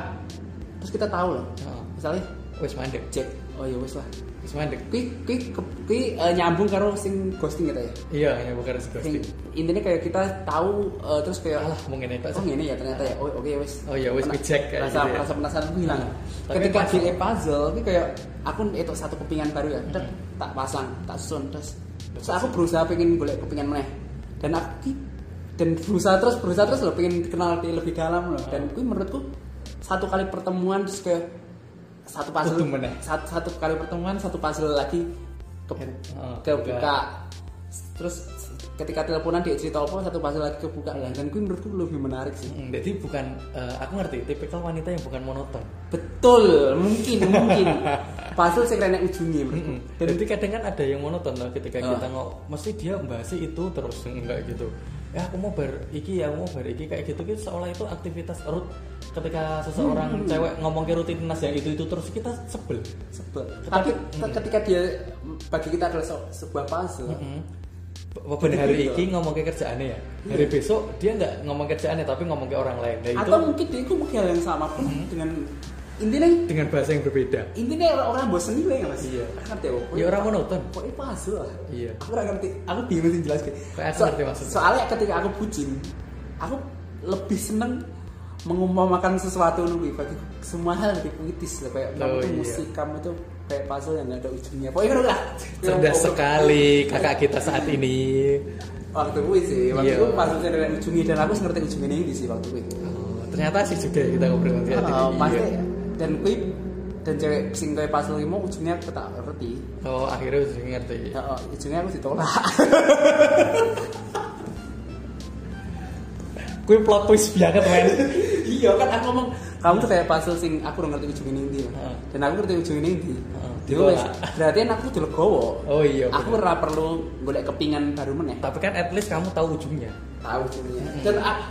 Speaker 2: terus kita tahu loh
Speaker 1: Oh.
Speaker 2: misalnya
Speaker 1: wis mandek
Speaker 2: cek oh ya wes lah
Speaker 1: wis mandek
Speaker 2: kui kui ke- kui eh, nyambung karo sing ghosting kita ya
Speaker 1: iya ya bukan harus
Speaker 2: Sing-
Speaker 1: ghosting
Speaker 2: intinya kayak kita tahu eh, terus kayak
Speaker 1: alah mau ngene tok
Speaker 2: oh
Speaker 1: sih.
Speaker 2: ini ya ternyata ya oh oke wes
Speaker 1: Oh, iya, wes,
Speaker 2: Pena-
Speaker 1: kecek kayak
Speaker 2: rasa
Speaker 1: gitu ya.
Speaker 2: rasa penasaran gue hilang
Speaker 1: Tapi
Speaker 2: ketika di
Speaker 1: puzzle.
Speaker 2: puzzle ini kayak aku itu satu kepingan baru ya Dek, tak pasang tak susun terus terus aku berusaha pengen golek kepingan meneh dan aku ki- dan berusaha terus berusaha terus loh pengen kenal dia lebih dalam loh
Speaker 1: Oh.
Speaker 2: dan gue menurutku satu kali pertemuan terus kayak satu puzzle
Speaker 1: Tutup meneh.
Speaker 2: satu, satu kali pertemuan satu puzzle lagi ke,
Speaker 1: Oh,
Speaker 2: kebuka terus ketika teleponan dia cerita apa satu puzzle lagi kebuka lah dan gue menurutku lebih menarik sih
Speaker 1: Hmm, jadi bukan eh, aku ngerti tipikal wanita yang bukan monoton
Speaker 2: betul mungkin mungkin puzzle sing renek ujungnya menurutku.
Speaker 1: Mm-mm.
Speaker 2: dan
Speaker 1: Jadi kadang kan ada yang monoton loh ketika
Speaker 2: Ah.
Speaker 1: kita ngomong, mesti dia bahas itu terus enggak gitu. Ya aku mau bar iki, ya aku mau bar iki kayak gitu gitu seolah itu aktivitas rut ketika seseorang cewek ngomong ke rutinitas yang itu itu terus kita sebel.
Speaker 2: sebel tapi
Speaker 1: Tetapi-
Speaker 2: te- ketika dia bagi kita adalah se- sebuah puzzle
Speaker 1: Mm. Beban hari
Speaker 2: gitu.
Speaker 1: iki ngomong ke kerjaannya ya.
Speaker 2: Iya.
Speaker 1: Hari besok dia nggak ngomong kerjaannya tapi ngomong ke orang lain. Nah, itu
Speaker 2: atau mungkin dia itu mungkin hal yang sama pun dengan intinya
Speaker 1: dengan bahasa yang berbeda.
Speaker 2: intinya orang-orang bosen nilai nggak mas
Speaker 1: Iya.
Speaker 2: Aku ngerti ya pokoknya.
Speaker 1: Ya orang monoton.
Speaker 2: Pokoknya puzzle lah.
Speaker 1: Iya.
Speaker 2: Aku gak ngerti. Aku bingung sih jelas
Speaker 1: Kayak aku ngerti maksudnya.
Speaker 2: Soalnya ketika aku bucin, aku lebih seneng mengumpamakan sesuatu lebih bagi semua hal lebih puitis lah kayak kamu
Speaker 1: Oh,
Speaker 2: tuh
Speaker 1: iya.
Speaker 2: musik kamu tuh kayak puzzle yang gak ada ujungnya pokoknya kan lah
Speaker 1: Cerdas sekali kakak kita saat ini.
Speaker 2: waktu itu sih waktu
Speaker 1: Iya.
Speaker 2: itu puzzle yang ada ujungnya dan aku ngerti ujungnya ini sih waktu itu
Speaker 1: Oh, ternyata sih juga kita ngobrol nanti.
Speaker 2: Oh, pasti
Speaker 1: iya.
Speaker 2: dan kui dan cewek sing kayak puzzle ini mau ujungnya aku tak ngerti
Speaker 1: Oh akhirnya udah iya. ngerti.
Speaker 2: Ya, oh, ujungnya aku ditolak
Speaker 1: Gue plot twist banget men.
Speaker 2: iya kan aku ngomong kamu tuh kayak puzzle sing aku udah ngerti ujung ini ndi
Speaker 1: Heeh.
Speaker 2: dan aku ngerti ujung ini ndi
Speaker 1: Heeh,
Speaker 2: Dia
Speaker 1: ditolak.
Speaker 2: wes, berarti kan aku tuh legowo
Speaker 1: Oh iya.
Speaker 2: aku
Speaker 1: bener.
Speaker 2: ora perlu golek kepingan baru meneh
Speaker 1: Tapi kan at least kamu tahu ujungnya.
Speaker 2: tahu ujungnya
Speaker 1: Hmm.
Speaker 2: dan a-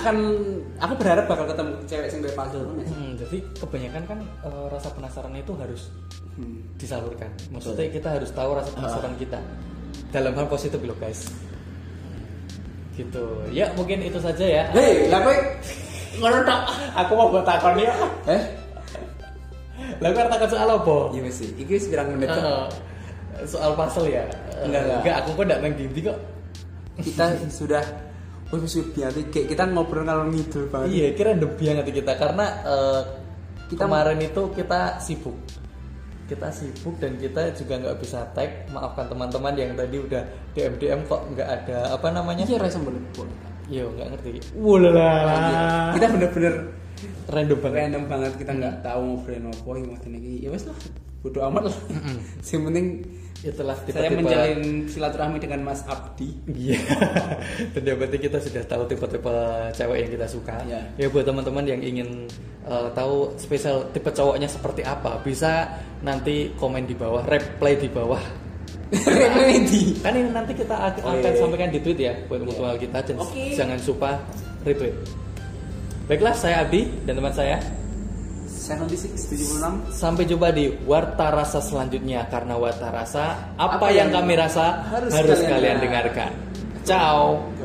Speaker 2: akan aku berharap bakal ketemu cewek sing kayak puzzle meneh
Speaker 1: Hmm, jadi kebanyakan kan eh, rasa penasaran itu harus
Speaker 2: Hmm.
Speaker 1: disalurkan. Maksudnya kita harus tahu rasa penasaran kita dalam hal positif loh guys. Gitu. Ya mungkin itu saja ya.
Speaker 2: hei lah kowe ngono tok
Speaker 1: Aku mau buat takon ya.
Speaker 2: eh
Speaker 1: Lah gue takon soal apa?
Speaker 2: iya wes sih iki wis pirang menit Cok?
Speaker 1: Eh, soal puzzle ya. Eh,
Speaker 2: Enggak, enggak.
Speaker 1: aku kok enggak nang dinding kok.
Speaker 2: kita sudah Wih, wis biar kayak kita ngobrol kalau ngidul banget
Speaker 1: Iya, kira random banget kita karena eh,
Speaker 2: Kita-
Speaker 1: kemarin itu kita sibuk. Kita sibuk dan kita juga nggak bisa tag. Maafkan teman-teman yang tadi udah DM DM kok nggak ada apa namanya?
Speaker 2: iya rasa boleh
Speaker 1: Yo, nggak ngerti.
Speaker 2: Iya.
Speaker 1: Wulala.
Speaker 2: kita bener-bener
Speaker 1: Random banget.
Speaker 2: random banget kita nggak tahu ngobrolin apa yang mau ini ya wes lah bodo amat lah yang penting
Speaker 1: Itulah
Speaker 2: saya
Speaker 1: tipe-tipe-
Speaker 2: menjalin silaturahmi dengan Mas Abdi
Speaker 1: Iya. Dan yang penting kita sudah tahu tipe-tipe cewek yang kita suka.
Speaker 2: Iya.
Speaker 1: Ya buat teman-teman yang ingin eh, tahu spesial tipe cowoknya seperti apa, bisa nanti komen di bawah, reply di bawah.
Speaker 2: Remedi
Speaker 1: kan ini nanti kita akan
Speaker 2: Oh, iya,
Speaker 1: akan
Speaker 2: iya.
Speaker 1: sampaikan di tweet ya buat mutual kita dan
Speaker 2: Oke.
Speaker 1: jangan lupa retweet baiklah saya Abdi dan teman saya
Speaker 2: 76 76
Speaker 1: sampai jumpa di warta rasa selanjutnya karena warta rasa apa,
Speaker 2: Apa
Speaker 1: yang,
Speaker 2: yang
Speaker 1: kami rasa
Speaker 2: harus
Speaker 1: harus
Speaker 2: kalian
Speaker 1: kalian
Speaker 2: dengar.
Speaker 1: dengarkan ciao